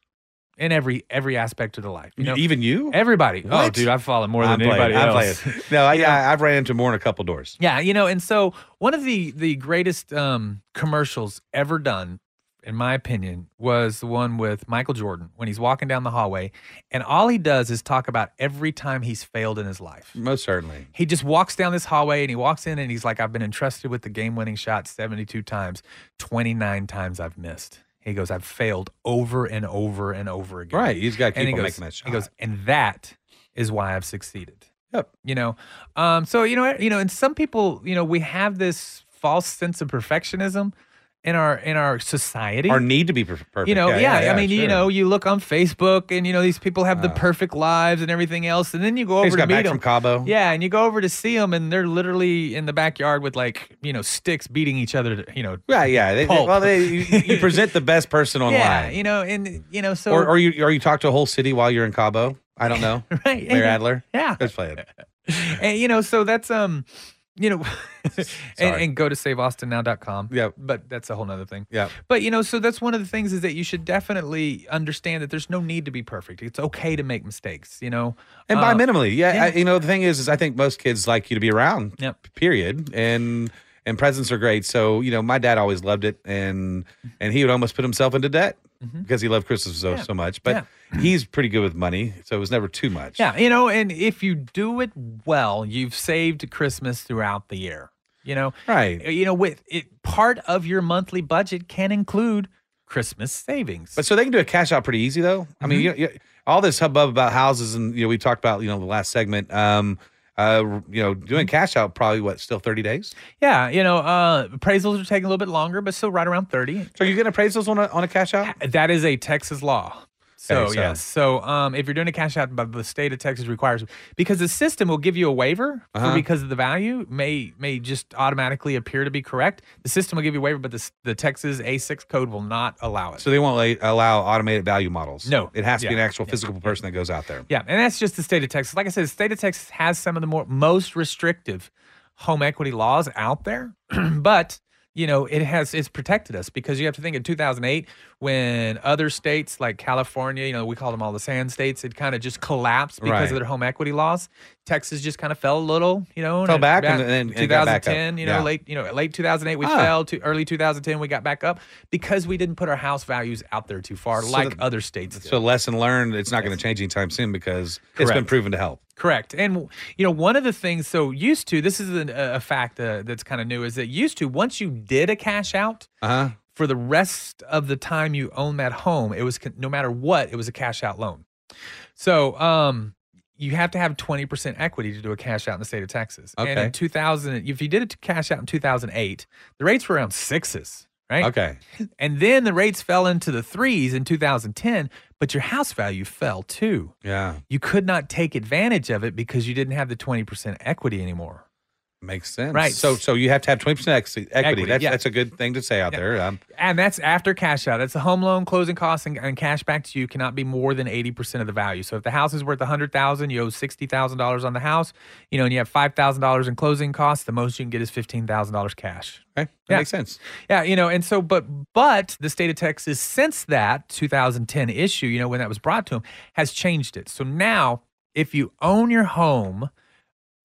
Speaker 1: in every every aspect of the life. You know,
Speaker 2: even you.
Speaker 1: everybody. Oh,
Speaker 2: What?
Speaker 1: dude, I've falfallen more than
Speaker 2: I'm playing,
Speaker 1: anybody
Speaker 2: I'm
Speaker 1: else.
Speaker 2: playing. No, I, yeah, I've ran into more than a couple doors.
Speaker 1: Yeah, you know, and so one of the the greatest um, commercials ever done, in my opinion, was the one with Michael Jordan when he's walking down the hallway, and all he does is talk about every time he's failed in his life.
Speaker 2: Most certainly.
Speaker 1: He just walks down this hallway and he walks in and he's like, "I've been entrusted with the game-winning shot 72 times, 29 times I've missed." He goes, "I've failed over and over and over again."
Speaker 2: Right. He's got to keep
Speaker 1: and he
Speaker 2: on
Speaker 1: goes,
Speaker 2: making that shot.
Speaker 1: He goes, and that is why I've succeeded.
Speaker 2: Yep.
Speaker 1: You know, um, so you know, you know, and some people, you know, we have this false sense of perfectionism in our in our society.
Speaker 2: or need to be per- perfect.
Speaker 1: You know, yeah. I mean, you
Speaker 2: sure.
Speaker 1: know, you look on Facebook and you know these people have the
Speaker 2: Wow.
Speaker 1: perfect lives and everything else, and then you go
Speaker 2: They
Speaker 1: over
Speaker 2: just
Speaker 1: to
Speaker 2: got
Speaker 1: meet
Speaker 2: back
Speaker 1: them.
Speaker 2: from Cabo.
Speaker 1: Yeah, and you go over to see them, and they're literally in the backyard with like you know sticks beating each other. To, you know,
Speaker 2: Yeah, yeah. They, they-
Speaker 1: Pulp.
Speaker 2: well, they, you, you present the best person online.
Speaker 1: yeah, you know, and you know, so
Speaker 2: or, or you or you talk to a whole city while you're in Cabo. I don't know.
Speaker 1: Right.
Speaker 2: Mayor Adler.
Speaker 1: Yeah.
Speaker 2: Let's play it.
Speaker 1: and you know, so that's um, you know, and,
Speaker 2: Sorry.
Speaker 1: and go to saveaustinnow.com.
Speaker 2: Yeah.
Speaker 1: but that's a whole nother thing.
Speaker 2: Yeah.
Speaker 1: But you know, so that's one of the things is that you should definitely understand that there's no need to be perfect. It's okay to make mistakes. You know,
Speaker 2: And by
Speaker 1: Uh,
Speaker 2: minimally, yeah,
Speaker 1: yeah.
Speaker 2: I, you know the thing is, is I think most kids like you to be around.
Speaker 1: Yep.
Speaker 2: Period. And and presents are great. So you know, my dad always loved it, and and he would almost put himself into debt
Speaker 1: Mm-hmm.
Speaker 2: because he loved Christmas so so much. But he's pretty good with money, so it was never too much.
Speaker 1: Yeah, you know, and if you do it well, you've saved Christmas throughout the year. You know, Uh,
Speaker 2: Right.
Speaker 1: You know, with it, part of your monthly budget can include Christmas savings.
Speaker 2: But so they can do a cash out pretty easy though. I mean,
Speaker 1: Mm-hmm.
Speaker 2: you, you, all this hubbub about houses, and you know, we talked about you know the last segment. Um, uh, you know,
Speaker 1: Mm-hmm.
Speaker 2: doing cash out probably what still thirty days.
Speaker 1: Yeah, you know, uh, appraisals are taking a little bit longer, but still right around thirty.
Speaker 2: So you get appraisals on a on a cash out?
Speaker 1: That is a Texas law. So,
Speaker 2: Okay, so-
Speaker 1: yes, so um, if you're doing a cash out, but the state of Texas requires because the system will give you a waiver for-
Speaker 2: Uh-huh.
Speaker 1: because of the value may may just automatically appear to be correct. The system will give you a waiver, but the s- the Texas A6 code will not allow it.
Speaker 2: So they won't like, allow automated value models.
Speaker 1: No.
Speaker 2: it has to be
Speaker 1: Yeah.
Speaker 2: an actual physical person that goes out there.
Speaker 1: Yeah, and that's just the state of Texas. Like I said, the state of Texas has some of the more most restrictive home equity laws out there, but you know it has it's protected us because you have to think in 2008 when other states like California, you know, we call them all the sand states, it kind of just collapsed because
Speaker 2: Right.
Speaker 1: of their home equity laws. Texas just kind of fell a little, you know,
Speaker 2: Fell
Speaker 1: it-
Speaker 2: back and then- and got back up.
Speaker 1: 2010, you know,
Speaker 2: Yeah.
Speaker 1: late you know late 2008 we
Speaker 2: Ah.
Speaker 1: fell to early 2010 we got back up because we didn't put our house values out there too far
Speaker 2: So
Speaker 1: like
Speaker 2: that-
Speaker 1: other states did.
Speaker 2: So lesson learned, it's not going to change anytime soon because it's been
Speaker 1: Correct.
Speaker 2: proven to help.
Speaker 1: Correct. And, you know, one of the things, so used to, this is an, a, a fact uh, that's kind of new, is that used to, once you did a cash out,
Speaker 2: Uh huh.
Speaker 1: for the rest of the time you own that home, it was, con- no matter what, it was a cash out loan. So, um, you have to have 20% equity to do a cash out in the state of Texas. And
Speaker 2: Okay.
Speaker 1: in 2000, if you did a t- cash out in 2008, the rates were around sixes, right?
Speaker 2: Okay.
Speaker 1: And then the rates fell into the threes in 2010, but your house value fell too
Speaker 2: Yeah.
Speaker 1: you could not take advantage of it because you didn't have the 20% equity anymore.
Speaker 2: Makes sense.
Speaker 1: Right.
Speaker 2: So so you have to have twenty percent equity.
Speaker 1: Equity,
Speaker 2: that's
Speaker 1: yeah.
Speaker 2: that's a good thing to say out there. Um,
Speaker 1: And that's after cash out. That's the home loan closing costs and, and cash back to you cannot be more than 80% of the value. So if the house is worth 100,000, you owe $60,000 on the house, you know, and you have $5,000 in closing costs, the most you can get is $15,000 cash.
Speaker 2: okay. That
Speaker 1: Yeah.
Speaker 2: makes sense.
Speaker 1: Yeah, you know, and so but but the state of Texas since that 2010 issue, you know, when that was brought to them, has changed it. So now if you own your home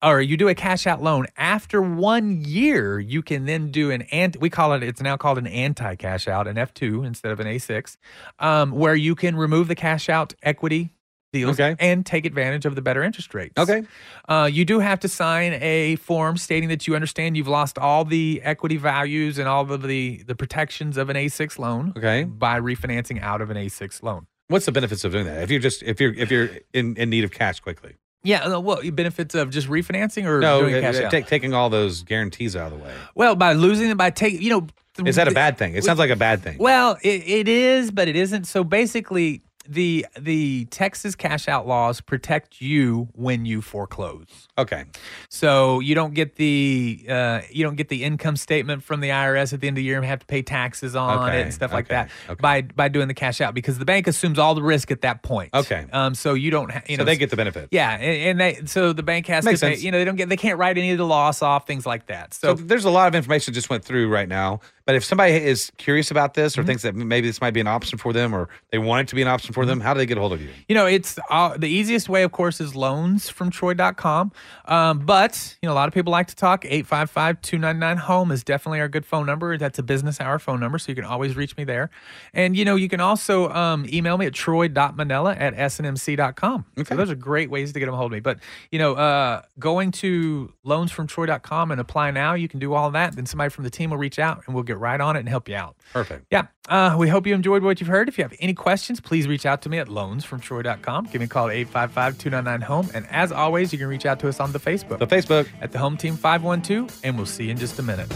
Speaker 1: or you do a cash out loan after 1 year, you can then do an anti we call it it's now called an anti cash out, an F2 instead of an A6, um where you can remove the cash out equity deals
Speaker 2: Okay.
Speaker 1: and take advantage of the better interest rates.
Speaker 2: Okay.
Speaker 1: Uh, you do have to sign a form stating that you understand you've lost all the equity values and all of the, the protections of an A6 loan
Speaker 2: Okay.
Speaker 1: by refinancing out of an A6 loan.
Speaker 2: What's the benefits of doing that? If you're just if you're if you're in, in need of cash quickly.
Speaker 1: Yeah, uh, well, benefits of just refinancing or
Speaker 2: No,
Speaker 1: doing
Speaker 2: uh,
Speaker 1: cash
Speaker 2: uh,
Speaker 1: out?
Speaker 2: take- taking all those guarantees out of the way.
Speaker 1: well, by losing it, by taking, you know.
Speaker 2: Is that a bad thing? It sounds like a bad thing.
Speaker 1: Mm, Well, it, it is, but it isn't. So basically, the the Texas cash out laws protect you when you foreclose.
Speaker 2: Okay.
Speaker 1: So you don't get the uh, you don't get the income statement from the IRS at the end of the year and have to pay taxes on
Speaker 2: Okay,
Speaker 1: it and stuff like
Speaker 2: okay,
Speaker 1: that by by doing the cash out because the bank assumes all the risk at that point.
Speaker 2: Okay.
Speaker 1: Um. So you don't. Ha- you
Speaker 2: so
Speaker 1: know,
Speaker 2: they get the benefit.
Speaker 1: Yeah, and, and they so the bank has
Speaker 2: Makes
Speaker 1: to pay.
Speaker 2: sense.
Speaker 1: You know, they don't get they can't write any of the loss off things like that.
Speaker 2: So,
Speaker 1: So,
Speaker 2: there's a lot of information just went through right now. But if somebody is curious about this
Speaker 1: Mm-hmm.
Speaker 2: or thinks that maybe this might be an option for them or they want it to be an option for
Speaker 1: Mm-hmm.
Speaker 2: them, how do they get a hold of you?
Speaker 1: you know, it's uh, the easiest way, of course, is loans from Troy.com. Um, but, you know, a lot of people like to talk. 855 299 home is definitely our good phone number. That's a business hour phone number, so you can always reach me there. And, you know, you can also um, email me at troy.manella at snmc.com. So those are great ways to get a hold of me. But, you know, uh, going to loansfromtroy.com and apply now, you can do all that. Then somebody from the team will reach out and we'll get right on it and help you out.
Speaker 2: Perfect.
Speaker 1: Yeah. Uh, we hope you enjoyed what you've heard. If you have any questions, please reach out to me at loansfromtroy.com. Give me a call at 855 299 home. And as always, you can reach out to us on the Facebook.
Speaker 2: The Facebook.
Speaker 1: At the Home Team 512. And we'll see you in just a minute.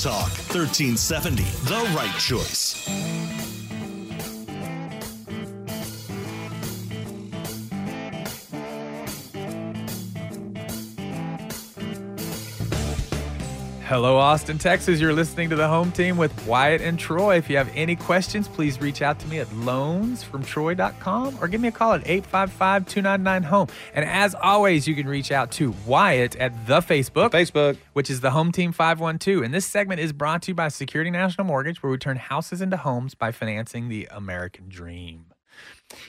Speaker 6: Talk 1370, the right choice.
Speaker 1: Hello, Austin, Texas. You're listening to the home team with Wyatt and Troy. If you have any questions, please reach out to me at loansfromtroy.com or give me a call at 855 299 home. And as always, you can reach out to Wyatt at the Facebook,
Speaker 2: Facebook,
Speaker 1: which is the home team 512. And this segment is brought to you by Security National Mortgage, where we turn houses into homes by financing the American dream.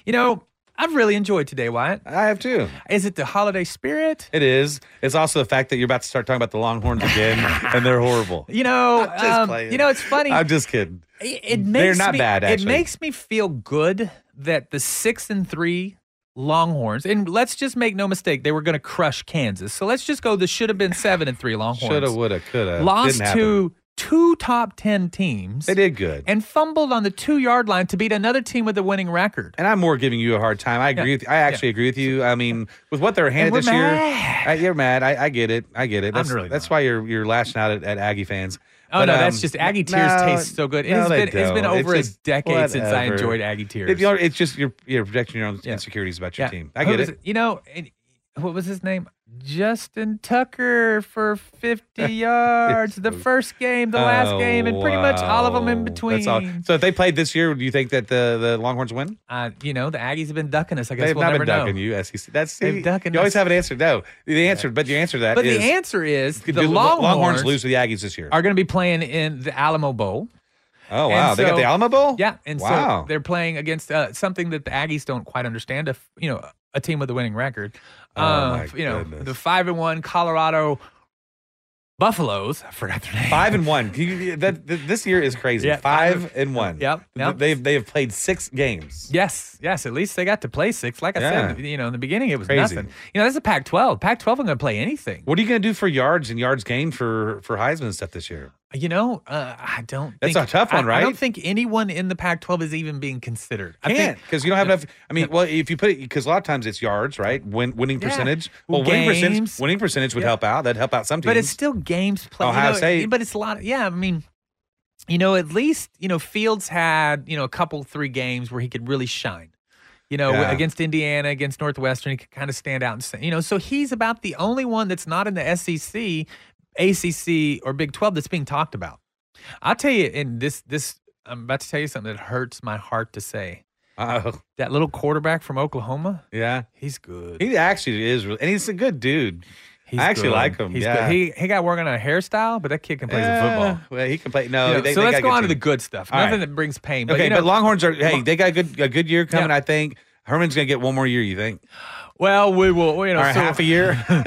Speaker 1: You know, I've really enjoyed today, Wyatt.
Speaker 2: I have too.
Speaker 1: Is it the holiday spirit?
Speaker 2: It is. It's also the fact that you're about to start talking about the Longhorns again, and they're horrible.
Speaker 1: You know,
Speaker 2: I'm just
Speaker 1: um,
Speaker 2: playing.
Speaker 1: you know, it's funny.
Speaker 2: I'm just kidding.
Speaker 1: It, it makes
Speaker 2: They're not
Speaker 1: me,
Speaker 2: bad,
Speaker 1: It
Speaker 2: actually.
Speaker 1: makes me feel good that the six and three Longhorns, and let's just make no mistake, they were going to crush Kansas. So let's just go. This should have been seven and three Longhorns.
Speaker 2: Shoulda, woulda, coulda.
Speaker 1: Lost
Speaker 2: Didn't happen.
Speaker 1: to two top ten teams.
Speaker 2: They did good.
Speaker 1: and fumbled on the two yard line to beat another team with a winning record.
Speaker 2: And I'm more giving you a hard time. I agree
Speaker 1: Yeah.
Speaker 2: with you. I actually agree with you. I mean, with what they're handed
Speaker 1: we're
Speaker 2: this year, I, you're mad. I, I get it. I get it.
Speaker 1: I'm
Speaker 2: That's,
Speaker 1: really
Speaker 2: that's why you're you're lashing out at, at Aggie fans.
Speaker 1: Oh
Speaker 2: But,
Speaker 1: no,
Speaker 2: um,
Speaker 1: that's just Aggie Tears
Speaker 2: no,
Speaker 1: tastes so good. It
Speaker 2: no,
Speaker 1: has
Speaker 2: they
Speaker 1: been it's been
Speaker 2: don't.
Speaker 1: over
Speaker 2: It's
Speaker 1: a
Speaker 2: just
Speaker 1: decade since I
Speaker 2: whatever.
Speaker 1: enjoyed Aggie Tears.
Speaker 2: If you're, it's just you're you're projecting your own insecurities about your
Speaker 1: Yeah.
Speaker 2: team. I
Speaker 1: Who
Speaker 2: get
Speaker 1: was
Speaker 2: it.
Speaker 1: You know, and what was his name? Justin Tucker for 50 yards. the first game, the last
Speaker 2: Oh,
Speaker 1: game, and pretty much all of them in
Speaker 2: wow.
Speaker 1: between.
Speaker 2: That's all. So if they played this year, do you think that the, the Longhorns win?
Speaker 1: Uh, you know, the Aggies have been ducking us. I guess
Speaker 2: They've
Speaker 1: we'll
Speaker 2: not
Speaker 1: never
Speaker 2: been ducking
Speaker 1: know.
Speaker 2: you, SEC. That's
Speaker 1: They've
Speaker 2: see,
Speaker 1: ducking
Speaker 2: You always
Speaker 1: us.
Speaker 2: have an answer. No, the answer, but your answer to that
Speaker 1: But
Speaker 2: is-
Speaker 1: the answer is the
Speaker 2: do the
Speaker 1: Longhorns,
Speaker 2: lose to the Aggies this year.
Speaker 1: are going to be playing in the Alamo Bowl.
Speaker 2: Oh
Speaker 1: And
Speaker 2: wow, they got
Speaker 1: so-
Speaker 2: the Alamo Bowl.
Speaker 1: Yeah, and
Speaker 2: Wow.
Speaker 1: so they're playing against uh, something that the Aggies don't quite understand. If you know a team with a winning record,
Speaker 2: Oh,
Speaker 1: Uh,
Speaker 2: my
Speaker 1: you know
Speaker 2: goodness.
Speaker 1: the five and one Colorado Buffaloes. I forgot their name.
Speaker 2: Five and one. Can you- that- th- this year is crazy.
Speaker 1: Yeah,
Speaker 2: five,
Speaker 1: five-
Speaker 2: and one.
Speaker 1: Yep, yep.
Speaker 2: They've they have played six games.
Speaker 1: Yes, yes. At least they got to play six. Like I said,
Speaker 2: Yeah.
Speaker 1: you know, in the beginning it was
Speaker 2: Crazy.
Speaker 1: nothing. You know, that's a Pac-12. Pac-12 ain't going to play anything.
Speaker 2: What are you going to do for yards and yards game for for Heisman and stuff this year?
Speaker 1: You know, uh, I don't.
Speaker 2: That's
Speaker 1: think-
Speaker 2: a tough one,
Speaker 1: I- I don't
Speaker 2: right?
Speaker 1: think anyone in the Pac-12 is even being considered. I
Speaker 2: Can't
Speaker 1: think
Speaker 2: because you don't have enough. I mean, well, if you put it because a lot of times it's yards, right? Win, winning
Speaker 1: Yeah.
Speaker 2: percentage.
Speaker 1: Well,
Speaker 2: Well, winning percentage.
Speaker 1: games.
Speaker 2: Winning percentage would
Speaker 1: Yeah.
Speaker 2: help out. That'd help out some teams.
Speaker 1: But it's still games played. you
Speaker 2: Ohio
Speaker 1: know,
Speaker 2: State.
Speaker 1: But it's a lot. yeah, I mean, you know, at least you know Fields had you know a couple three games where he could really shine. You know,
Speaker 2: Yeah.
Speaker 1: against Indiana, against Northwestern, he could kind of stand out and say, you know, so he's about the only one that's not in the E SEC, ACC, or Big Twelve that's being talked about. I'll tell you, and this this I'm about to tell you something that hurts my heart to say.
Speaker 2: Oh,
Speaker 1: That little quarterback from Oklahoma,
Speaker 2: yeah.
Speaker 1: he's good.
Speaker 2: He actually is, really- and he's a good dude.
Speaker 1: He's
Speaker 2: I actually
Speaker 1: good.
Speaker 2: like him.
Speaker 1: He's
Speaker 2: yeah.
Speaker 1: good. He he got working on a hairstyle, but that kid can play some football.
Speaker 2: Yeah, Well, he can play. No,
Speaker 1: You know,
Speaker 2: they-
Speaker 1: so
Speaker 2: they
Speaker 1: let's
Speaker 2: got
Speaker 1: go
Speaker 2: good
Speaker 1: on to the
Speaker 2: team.
Speaker 1: good stuff.
Speaker 2: All right.
Speaker 1: Nothing that brings pain. But,
Speaker 2: okay,
Speaker 1: you know,
Speaker 2: but Longhorns are. Hey, they got a good a good year coming. I think Herman's going to get one more year. You think?
Speaker 1: well, we will. You know,
Speaker 2: All right,
Speaker 1: so,
Speaker 2: half a year.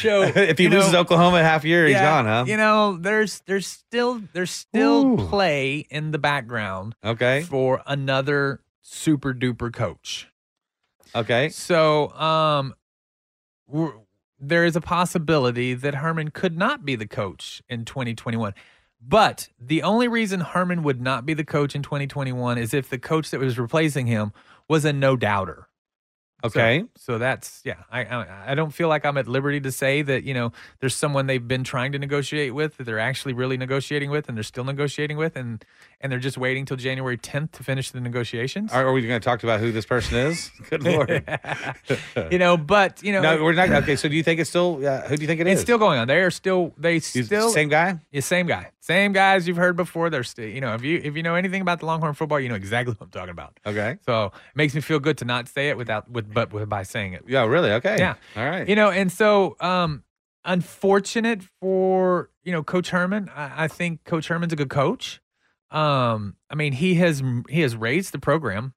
Speaker 1: So,
Speaker 2: if he
Speaker 1: you
Speaker 2: loses
Speaker 1: know,
Speaker 2: Oklahoma half a year, he's
Speaker 1: yeah,
Speaker 2: gone, huh?
Speaker 1: You know, there's there's still there's still
Speaker 2: Ooh.
Speaker 1: play in the background
Speaker 2: Okay.
Speaker 1: for another super duper coach.
Speaker 2: Okay.
Speaker 1: So, um, we're, there is a possibility that Herman could not be the coach in 2021. But the only reason Herman would not be the coach in 2021 is if the coach that was replacing him was a no doubter. So-
Speaker 2: Okay.
Speaker 1: So, that's yeah. I, I I don't feel like I'm at liberty to say that you know there's someone they've been trying to negotiate with that they're actually really negotiating with and they're still negotiating with and and they're just waiting till January 10th to finish the negotiations.
Speaker 2: Are, are we going to talk about who this person is? Good lord.
Speaker 1: you know, but you know,
Speaker 2: no, we're not. Okay. So do you think it's still? Uh, who do you think it
Speaker 1: it's
Speaker 2: is?
Speaker 1: still going on. They are still they
Speaker 2: He's the
Speaker 1: still
Speaker 2: same guy.
Speaker 1: Yeah, same guy, same guys you've heard before. They're still you know if you if you know anything about the Longhorn football, you know exactly what I'm talking about.
Speaker 2: Okay.
Speaker 1: So it makes me feel good to not say it without with but with, by saying it.
Speaker 2: Yeah. Really. Okay.
Speaker 1: Yeah.
Speaker 2: All right.
Speaker 1: You know, and so um unfortunate for you know Coach Herman. I, I think Coach Herman's a good coach. Um, I mean he has he has raised the program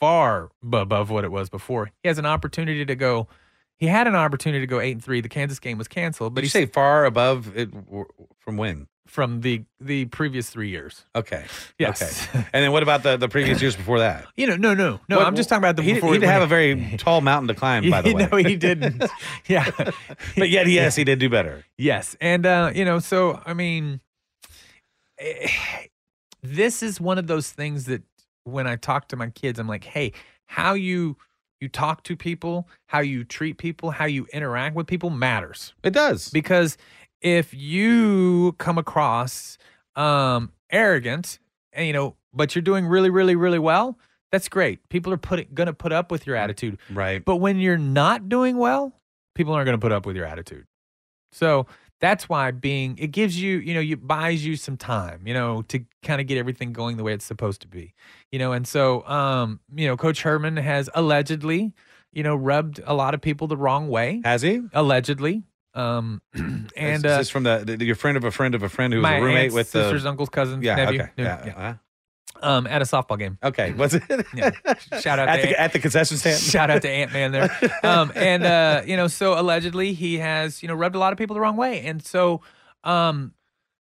Speaker 1: far above what it was before. He has an opportunity to go. He had an opportunity to go eight and three. The Kansas game was canceled,
Speaker 2: but
Speaker 1: but
Speaker 2: you
Speaker 1: he
Speaker 2: say far above it w- from when?
Speaker 1: from the the previous three years.
Speaker 2: Okay.
Speaker 1: Yes.
Speaker 2: Okay. And then what about the, the previous years before that?
Speaker 1: You know, no, no, no.
Speaker 2: What-
Speaker 1: I'm just talking about the
Speaker 2: He,
Speaker 1: before.
Speaker 2: he'd have a very tall mountain to climb, by the way.
Speaker 1: no, he didn't. yeah,
Speaker 2: but yet, yes, he did do better.
Speaker 1: Yes. And, uh, you know, so, I mean, eh, this is one of those things that when I talk to my kids, I'm like, hey, how you you talk to people, how you treat people, how you interact with people matters.
Speaker 2: It does.
Speaker 1: Because if you come across um, arrogant, and, you know, but you're doing really, really, really well, that's great. People are put, gonna put up with your attitude.
Speaker 2: Right.
Speaker 1: But when you're not doing well, people aren't going to put up with your attitude. So that's why being it gives you, you know, you buys you some time, you know, to kind of get everything going the way it's supposed to be. You know, and so um, you know, coach Herman has allegedly, you know, rubbed a lot of people the wrong way,
Speaker 2: Has he?
Speaker 1: allegedly. Um
Speaker 2: And
Speaker 1: and
Speaker 2: this
Speaker 1: uh
Speaker 2: is from the, the your friend of a friend of a friend who was
Speaker 1: my
Speaker 2: a roommate
Speaker 1: aunt's
Speaker 2: with the
Speaker 1: sister's uncle's cousin
Speaker 2: yeah
Speaker 1: nephew.
Speaker 2: okay
Speaker 1: Yeah,
Speaker 2: yeah,
Speaker 1: yeah.
Speaker 2: uh-huh.
Speaker 1: Um, at a softball game.
Speaker 2: Okay, was it?
Speaker 1: Yeah. Shout out
Speaker 2: At
Speaker 1: to
Speaker 2: the- at the concession stand?
Speaker 1: Shout out to Ant Man there. Um, and uh, you know, so allegedly he has you know rubbed a lot of people the wrong way, and so um,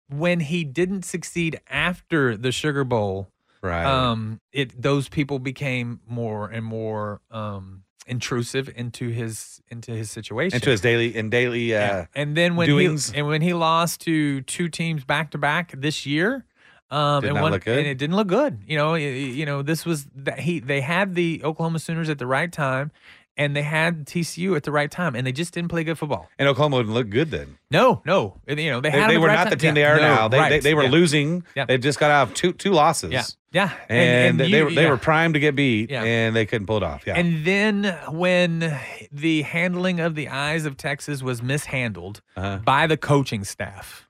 Speaker 1: when he didn't succeed after the Sugar Bowl,
Speaker 2: Right.
Speaker 1: Um, it those people became more and more um intrusive into his into his situation
Speaker 2: Into his daily and daily uh,
Speaker 1: yeah. and then when
Speaker 2: doings.
Speaker 1: he and when he lost to two teams back to back this year, um,
Speaker 2: Did
Speaker 1: and
Speaker 2: not
Speaker 1: one
Speaker 2: look good.
Speaker 1: and it didn't look good. You know, y- y- you know this was that he they had the Oklahoma Sooners at the right time, and they had TCU at the right time, and they just didn't play good football.
Speaker 2: and Oklahoma would not look good then.
Speaker 1: No, no, And, you know they
Speaker 2: They,
Speaker 1: had them
Speaker 2: they
Speaker 1: at
Speaker 2: were
Speaker 1: right
Speaker 2: not the
Speaker 1: time.
Speaker 2: team
Speaker 1: Yeah,
Speaker 2: they are
Speaker 1: no,
Speaker 2: now. They, they
Speaker 1: right,
Speaker 2: they were
Speaker 1: yeah.
Speaker 2: losing.
Speaker 1: Yeah.
Speaker 2: They've just got out of two two losses.
Speaker 1: Yeah, yeah,
Speaker 2: and, they
Speaker 1: you-
Speaker 2: were they
Speaker 1: yeah.
Speaker 2: were primed to get beat,
Speaker 1: Yeah.
Speaker 2: and they couldn't pull it off. Yeah,
Speaker 1: And then when the handling of the eyes of Texas was mishandled
Speaker 2: Uh-huh.
Speaker 1: by the coaching staff,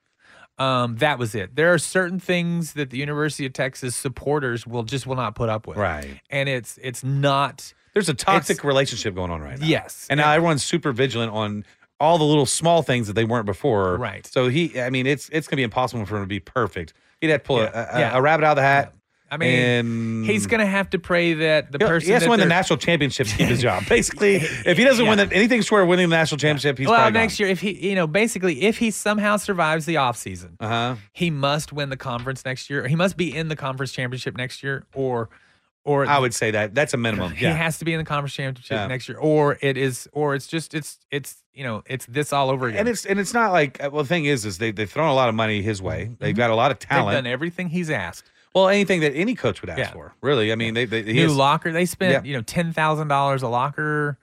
Speaker 1: um, that was it. There are certain things that the University of Texas supporters will just will not put up with.
Speaker 2: Right.
Speaker 1: And it's it's not
Speaker 2: there's a toxic relationship going on right now.
Speaker 1: Yes.
Speaker 2: and now everyone's super vigilant on all the little small things that they weren't before.
Speaker 1: Right.
Speaker 2: So he, I mean, it's it's gonna be impossible for him to be perfect. He'd have to pull a-
Speaker 1: Yeah.
Speaker 2: a, a,
Speaker 1: Yeah.
Speaker 2: rabbit out of the hat.
Speaker 1: I mean,
Speaker 2: and
Speaker 1: he's going to have to pray that the
Speaker 2: He'll-
Speaker 1: person
Speaker 2: he has to
Speaker 1: that
Speaker 2: win the
Speaker 1: they're-
Speaker 2: national championship to keep his job. Basically, if he doesn't win
Speaker 1: Yeah.
Speaker 2: the, anything short of winning the national championship, he's
Speaker 1: well,
Speaker 2: probably gone.
Speaker 1: next year, if he, you know, basically, if he somehow survives the offseason,
Speaker 2: Uh-huh.
Speaker 1: uh he must win the conference next year. He must be in the conference championship next year, or, or
Speaker 2: I would say that that's a minimum.
Speaker 1: he
Speaker 2: Yeah.
Speaker 1: has to be in the conference championship
Speaker 2: Yeah.
Speaker 1: next year, or it is, or it's just, it's, it's, you know, it's this all over again.
Speaker 2: and it's and it's not like uh, well the thing is is they they've thrown a lot of money his way they've got a lot of
Speaker 1: Mm-hmm. They've
Speaker 2: talent
Speaker 1: done everything he's asked.
Speaker 2: well anything that any coach would ask
Speaker 1: Yeah.
Speaker 2: for really I mean they, they he
Speaker 1: New
Speaker 2: is-
Speaker 1: locker, they spent,
Speaker 2: Yeah.
Speaker 1: you know, ten thousand dollars a locker.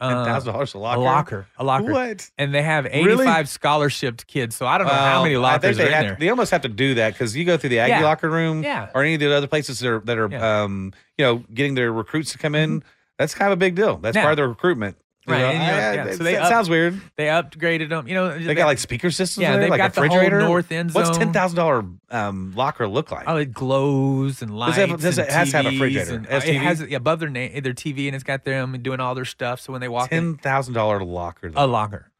Speaker 1: uh,
Speaker 2: $10,000 a locker?
Speaker 1: a locker, a locker.
Speaker 2: What?
Speaker 1: And they have eighty-five
Speaker 2: Really?
Speaker 1: scholarship kids, so I don't know
Speaker 2: Well,
Speaker 1: how many
Speaker 2: I think
Speaker 1: lockers
Speaker 2: they
Speaker 1: are in
Speaker 2: have-
Speaker 1: there.
Speaker 2: they almost have to do that because you go through the Aggie
Speaker 1: Yeah.
Speaker 2: locker room
Speaker 1: Yeah.
Speaker 2: or any of the other places that are that are um you know getting their recruits to come in that's kind of a big deal that's
Speaker 1: Mm-hmm. Yeah.
Speaker 2: part of their recruitment You
Speaker 1: Right.
Speaker 2: know,
Speaker 1: and you know,
Speaker 2: I- I-
Speaker 1: yeah,
Speaker 2: it-
Speaker 1: so they
Speaker 2: it
Speaker 1: up-
Speaker 2: sounds weird
Speaker 1: They upgraded them. You know,
Speaker 2: they, got like speaker systems
Speaker 1: Yeah,
Speaker 2: in there,
Speaker 1: they've
Speaker 2: like
Speaker 1: got
Speaker 2: a
Speaker 1: the whole
Speaker 2: refrigerator
Speaker 1: north end
Speaker 2: what's
Speaker 1: zone.
Speaker 2: ten thousand dollar um locker look like
Speaker 1: Oh, it glows and lights.
Speaker 2: Does it have- does
Speaker 1: and
Speaker 2: it has to have a
Speaker 1: TVs
Speaker 2: refrigerator?
Speaker 1: and-
Speaker 2: STV?
Speaker 1: it has yeah, above their name, their TV, and it's got them doing all their stuff. So when they walk in,
Speaker 2: ten thousand dollar locker
Speaker 1: a locker,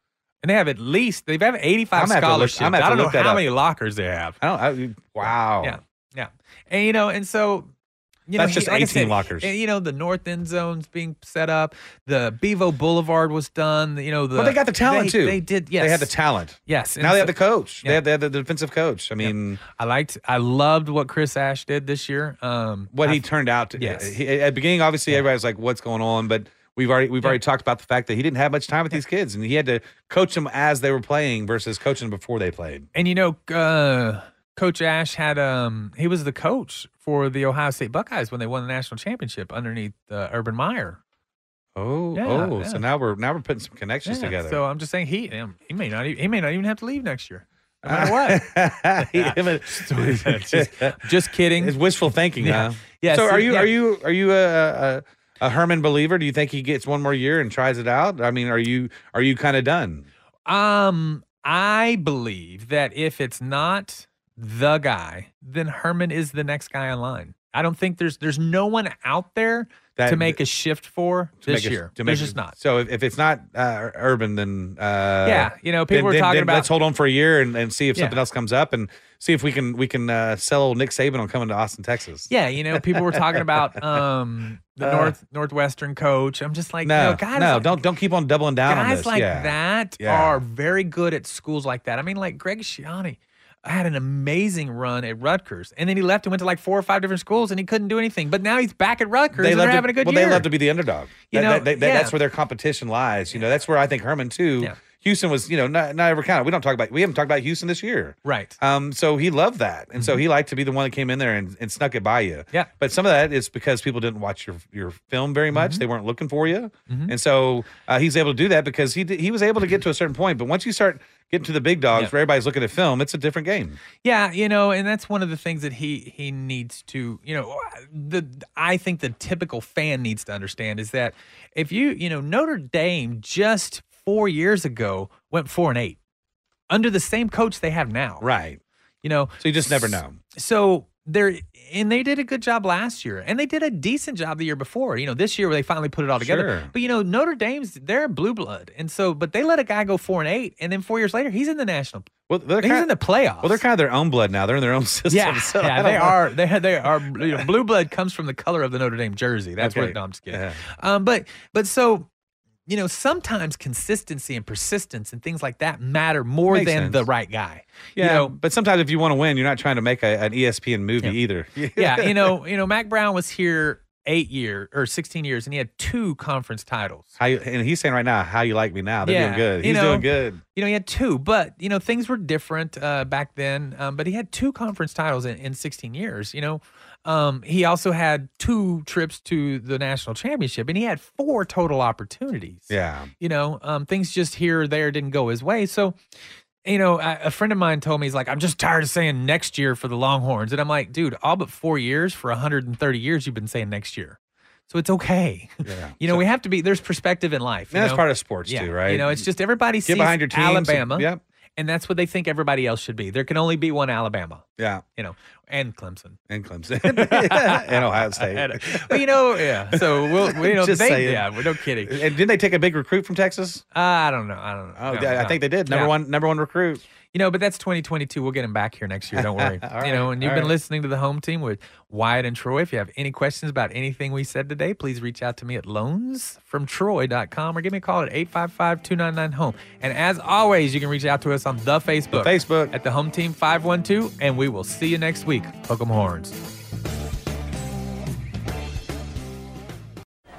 Speaker 1: and they have at least they have eighty five
Speaker 2: gonna have to look-
Speaker 1: scholarships.
Speaker 2: I'm gonna
Speaker 1: I
Speaker 2: have
Speaker 1: don't
Speaker 2: to
Speaker 1: know
Speaker 2: look that
Speaker 1: how
Speaker 2: up.
Speaker 1: many lockers they have.
Speaker 2: I don't, I, wow
Speaker 1: Yeah, yeah, and you know, and so. You know,
Speaker 2: That's just
Speaker 1: like I
Speaker 2: 18
Speaker 1: said,
Speaker 2: lockers.
Speaker 1: And, you know, the north end zone's being set up. The Bevo Boulevard was done. You know, the
Speaker 2: but they got the talent
Speaker 1: they-
Speaker 2: too.
Speaker 1: They did. Yes,
Speaker 2: they had the talent.
Speaker 1: Yes.
Speaker 2: Now they have the coach. They
Speaker 1: Yeah.
Speaker 2: have, they have the defensive coach. I mean,
Speaker 1: I liked, I loved what Chris Ash did this year. Um,
Speaker 2: what
Speaker 1: I-
Speaker 2: he turned out to.
Speaker 1: Yes.
Speaker 2: He, at the beginning, obviously, everybody's like, "What's going on?" But we've already we've already talked about the fact that he didn't have much time with these kids, and he had to coach them as they were playing versus coaching them before they played.
Speaker 1: And you know, uh, Coach Ash had um he was the coach for the Ohio State Buckeyes when they won the national championship underneath uh, Urban Meyer.
Speaker 2: Oh,
Speaker 1: Yeah,
Speaker 2: oh,
Speaker 1: yeah.
Speaker 2: so now we're now we're putting some connections
Speaker 1: Yeah,
Speaker 2: together.
Speaker 1: So I'm just saying he um, he may not e- he may not even have to leave next year.
Speaker 2: Ah.
Speaker 1: No matter what. just, just kidding.
Speaker 2: It's wishful thinking,
Speaker 1: Yeah.
Speaker 2: huh?
Speaker 1: Yeah,
Speaker 2: So
Speaker 1: see,
Speaker 2: are you
Speaker 1: yeah.
Speaker 2: are you are you a, a a Herman believer? Do you think he gets one more year and tries it out? I mean, are you are you kind of done?
Speaker 1: Um, I believe that if it's not the guy, then Herman is the next guy in line. I don't think there's there's no one out there
Speaker 2: That-
Speaker 1: to make a shift for
Speaker 2: To
Speaker 1: this
Speaker 2: make a-
Speaker 1: year.
Speaker 2: to make
Speaker 1: there's
Speaker 2: a-
Speaker 1: just not.
Speaker 2: So if, if it's not uh, urban, then uh,
Speaker 1: Yeah, you know, people
Speaker 2: then-
Speaker 1: were
Speaker 2: then-
Speaker 1: talking
Speaker 2: then
Speaker 1: about-
Speaker 2: Let's hold on for a year and, and see if
Speaker 1: Yeah.
Speaker 2: something else comes up and see if we can we can uh, sell old Nick Saban on coming to Austin, Texas.
Speaker 1: Yeah, you know, people were talking about um the
Speaker 2: Uh,
Speaker 1: North Northwestern coach. I'm just like,
Speaker 2: no,
Speaker 1: no, guys,
Speaker 2: no,
Speaker 1: like,
Speaker 2: don't don't keep on doubling down on
Speaker 1: guys
Speaker 2: this.
Speaker 1: like
Speaker 2: yeah.
Speaker 1: that
Speaker 2: Yeah.
Speaker 1: are very good at schools like that. I mean, like Greg Schiani had an amazing run at Rutgers, and then he left and went to like four or five different schools, and he couldn't do anything. But now he's back at Rutgers, and
Speaker 2: love
Speaker 1: they're
Speaker 2: to-
Speaker 1: having a good
Speaker 2: well,
Speaker 1: year.
Speaker 2: they love to be the underdog.
Speaker 1: You
Speaker 2: That-
Speaker 1: know,
Speaker 2: that- that-
Speaker 1: yeah.
Speaker 2: that's where their competition lies. You know, that's where I think Herman too. Houston was, you know, not, not ever counted. We don't talk about we haven't talked about Houston this year.
Speaker 1: right.
Speaker 2: Um, so he loved that, and so he liked to be the one that came in there and, and snuck it by you.
Speaker 1: Mm-hmm. Yeah.
Speaker 2: But some of that is because people didn't watch your your film very
Speaker 1: Mm-hmm.
Speaker 2: much; they weren't looking for you, and so uh, he's able to do that because he did, he was able to get to a certain point. But once you start getting to the big dogs, where everybody's looking at film, it's a different game.
Speaker 1: Yeah, you know, and that's one of the things that he he needs to, you know, the I think the typical fan needs to understand is that if you, you know, Notre Dame just 4 years ago went 4 and 8 under the same coach they have now.
Speaker 2: Right.
Speaker 1: You know,
Speaker 2: So you just never know.
Speaker 1: so they're and they did a good job last year, and they did a decent job the year before. You know, this year where they finally put it all together.
Speaker 2: Sure.
Speaker 1: But you know, Notre Dame's they're a blue blood, and so but they let a guy go four and eight, and then four years later he's in the national.
Speaker 2: Well, they're
Speaker 1: he's
Speaker 2: kind-
Speaker 1: in the playoffs.
Speaker 2: Well, they're kind of their own blood now. They're in their own system.
Speaker 1: yeah,
Speaker 2: so I
Speaker 1: yeah,
Speaker 2: don't
Speaker 1: they
Speaker 2: know.
Speaker 1: are. They they are. You know, blue blood comes from the color of the Notre Dame jersey. That's
Speaker 2: Okay.
Speaker 1: where no, I'm just kidding. Um, but but so you know, sometimes consistency and persistence and things like that matter more
Speaker 2: Makes
Speaker 1: than
Speaker 2: sense.
Speaker 1: the right guy.
Speaker 2: Yeah,
Speaker 1: You know,
Speaker 2: but sometimes if you want to win, you're not trying to make a, an E ESPN movie either.
Speaker 1: yeah, you know, you know, Mac Brown was here eight year or sixteen years, and he had two conference titles.
Speaker 2: How you, and he's saying right now, how you like me now? They're
Speaker 1: Yeah,
Speaker 2: doing good.
Speaker 1: you
Speaker 2: He's
Speaker 1: know,
Speaker 2: doing good.
Speaker 1: You know, he had two, but you know, things were different uh, back then. Um, but he had two conference titles in, in sixteen years. You know, um, he also had two trips to the national championship, and he had four total opportunities.
Speaker 2: Yeah.
Speaker 1: you know um, things just here or there didn't go his way so you know I, a friend of mine told me he's like i'm just tired of saying next year for the longhorns and i'm like dude all but four years for 130 years you've been saying next year so it's okay
Speaker 2: Yeah.
Speaker 1: you know we have to be there's perspective in life you
Speaker 2: And that's
Speaker 1: know?
Speaker 2: part of sports
Speaker 1: Yeah,
Speaker 2: too, right?
Speaker 1: you know it's just everybody
Speaker 2: Get
Speaker 1: sees
Speaker 2: behind your teams.
Speaker 1: alabama
Speaker 2: Yep.
Speaker 1: and that's what they think everybody else should be there can only be one alabama
Speaker 2: Yeah.
Speaker 1: you know and clemson
Speaker 2: And Clemson. and Ohio State.
Speaker 1: but you know yeah so we'll you know
Speaker 2: Just
Speaker 1: they,
Speaker 2: saying.
Speaker 1: yeah we're no kidding
Speaker 2: And didn't they take a big recruit from Texas?
Speaker 1: Uh, I don't know. I don't know.
Speaker 2: Oh,
Speaker 1: No,
Speaker 2: yeah, I
Speaker 1: no.
Speaker 2: think they did. Number
Speaker 1: Yeah.
Speaker 2: one, number one recruit.
Speaker 1: You know, but that's 2022. We'll get him back here next year. Don't worry. you
Speaker 2: All
Speaker 1: know,
Speaker 2: right,
Speaker 1: and you've
Speaker 2: all
Speaker 1: been
Speaker 2: right.
Speaker 1: listening to the home team with Wyatt and Troy. If you have any questions about anything we said today, please reach out to me at loansfromtroy.com or give me a call at 855 299 home. And as always, you can reach out to us on the Facebook.
Speaker 2: Facebook.
Speaker 1: At the home team 512. And we will see you next week. Hook 'em horns.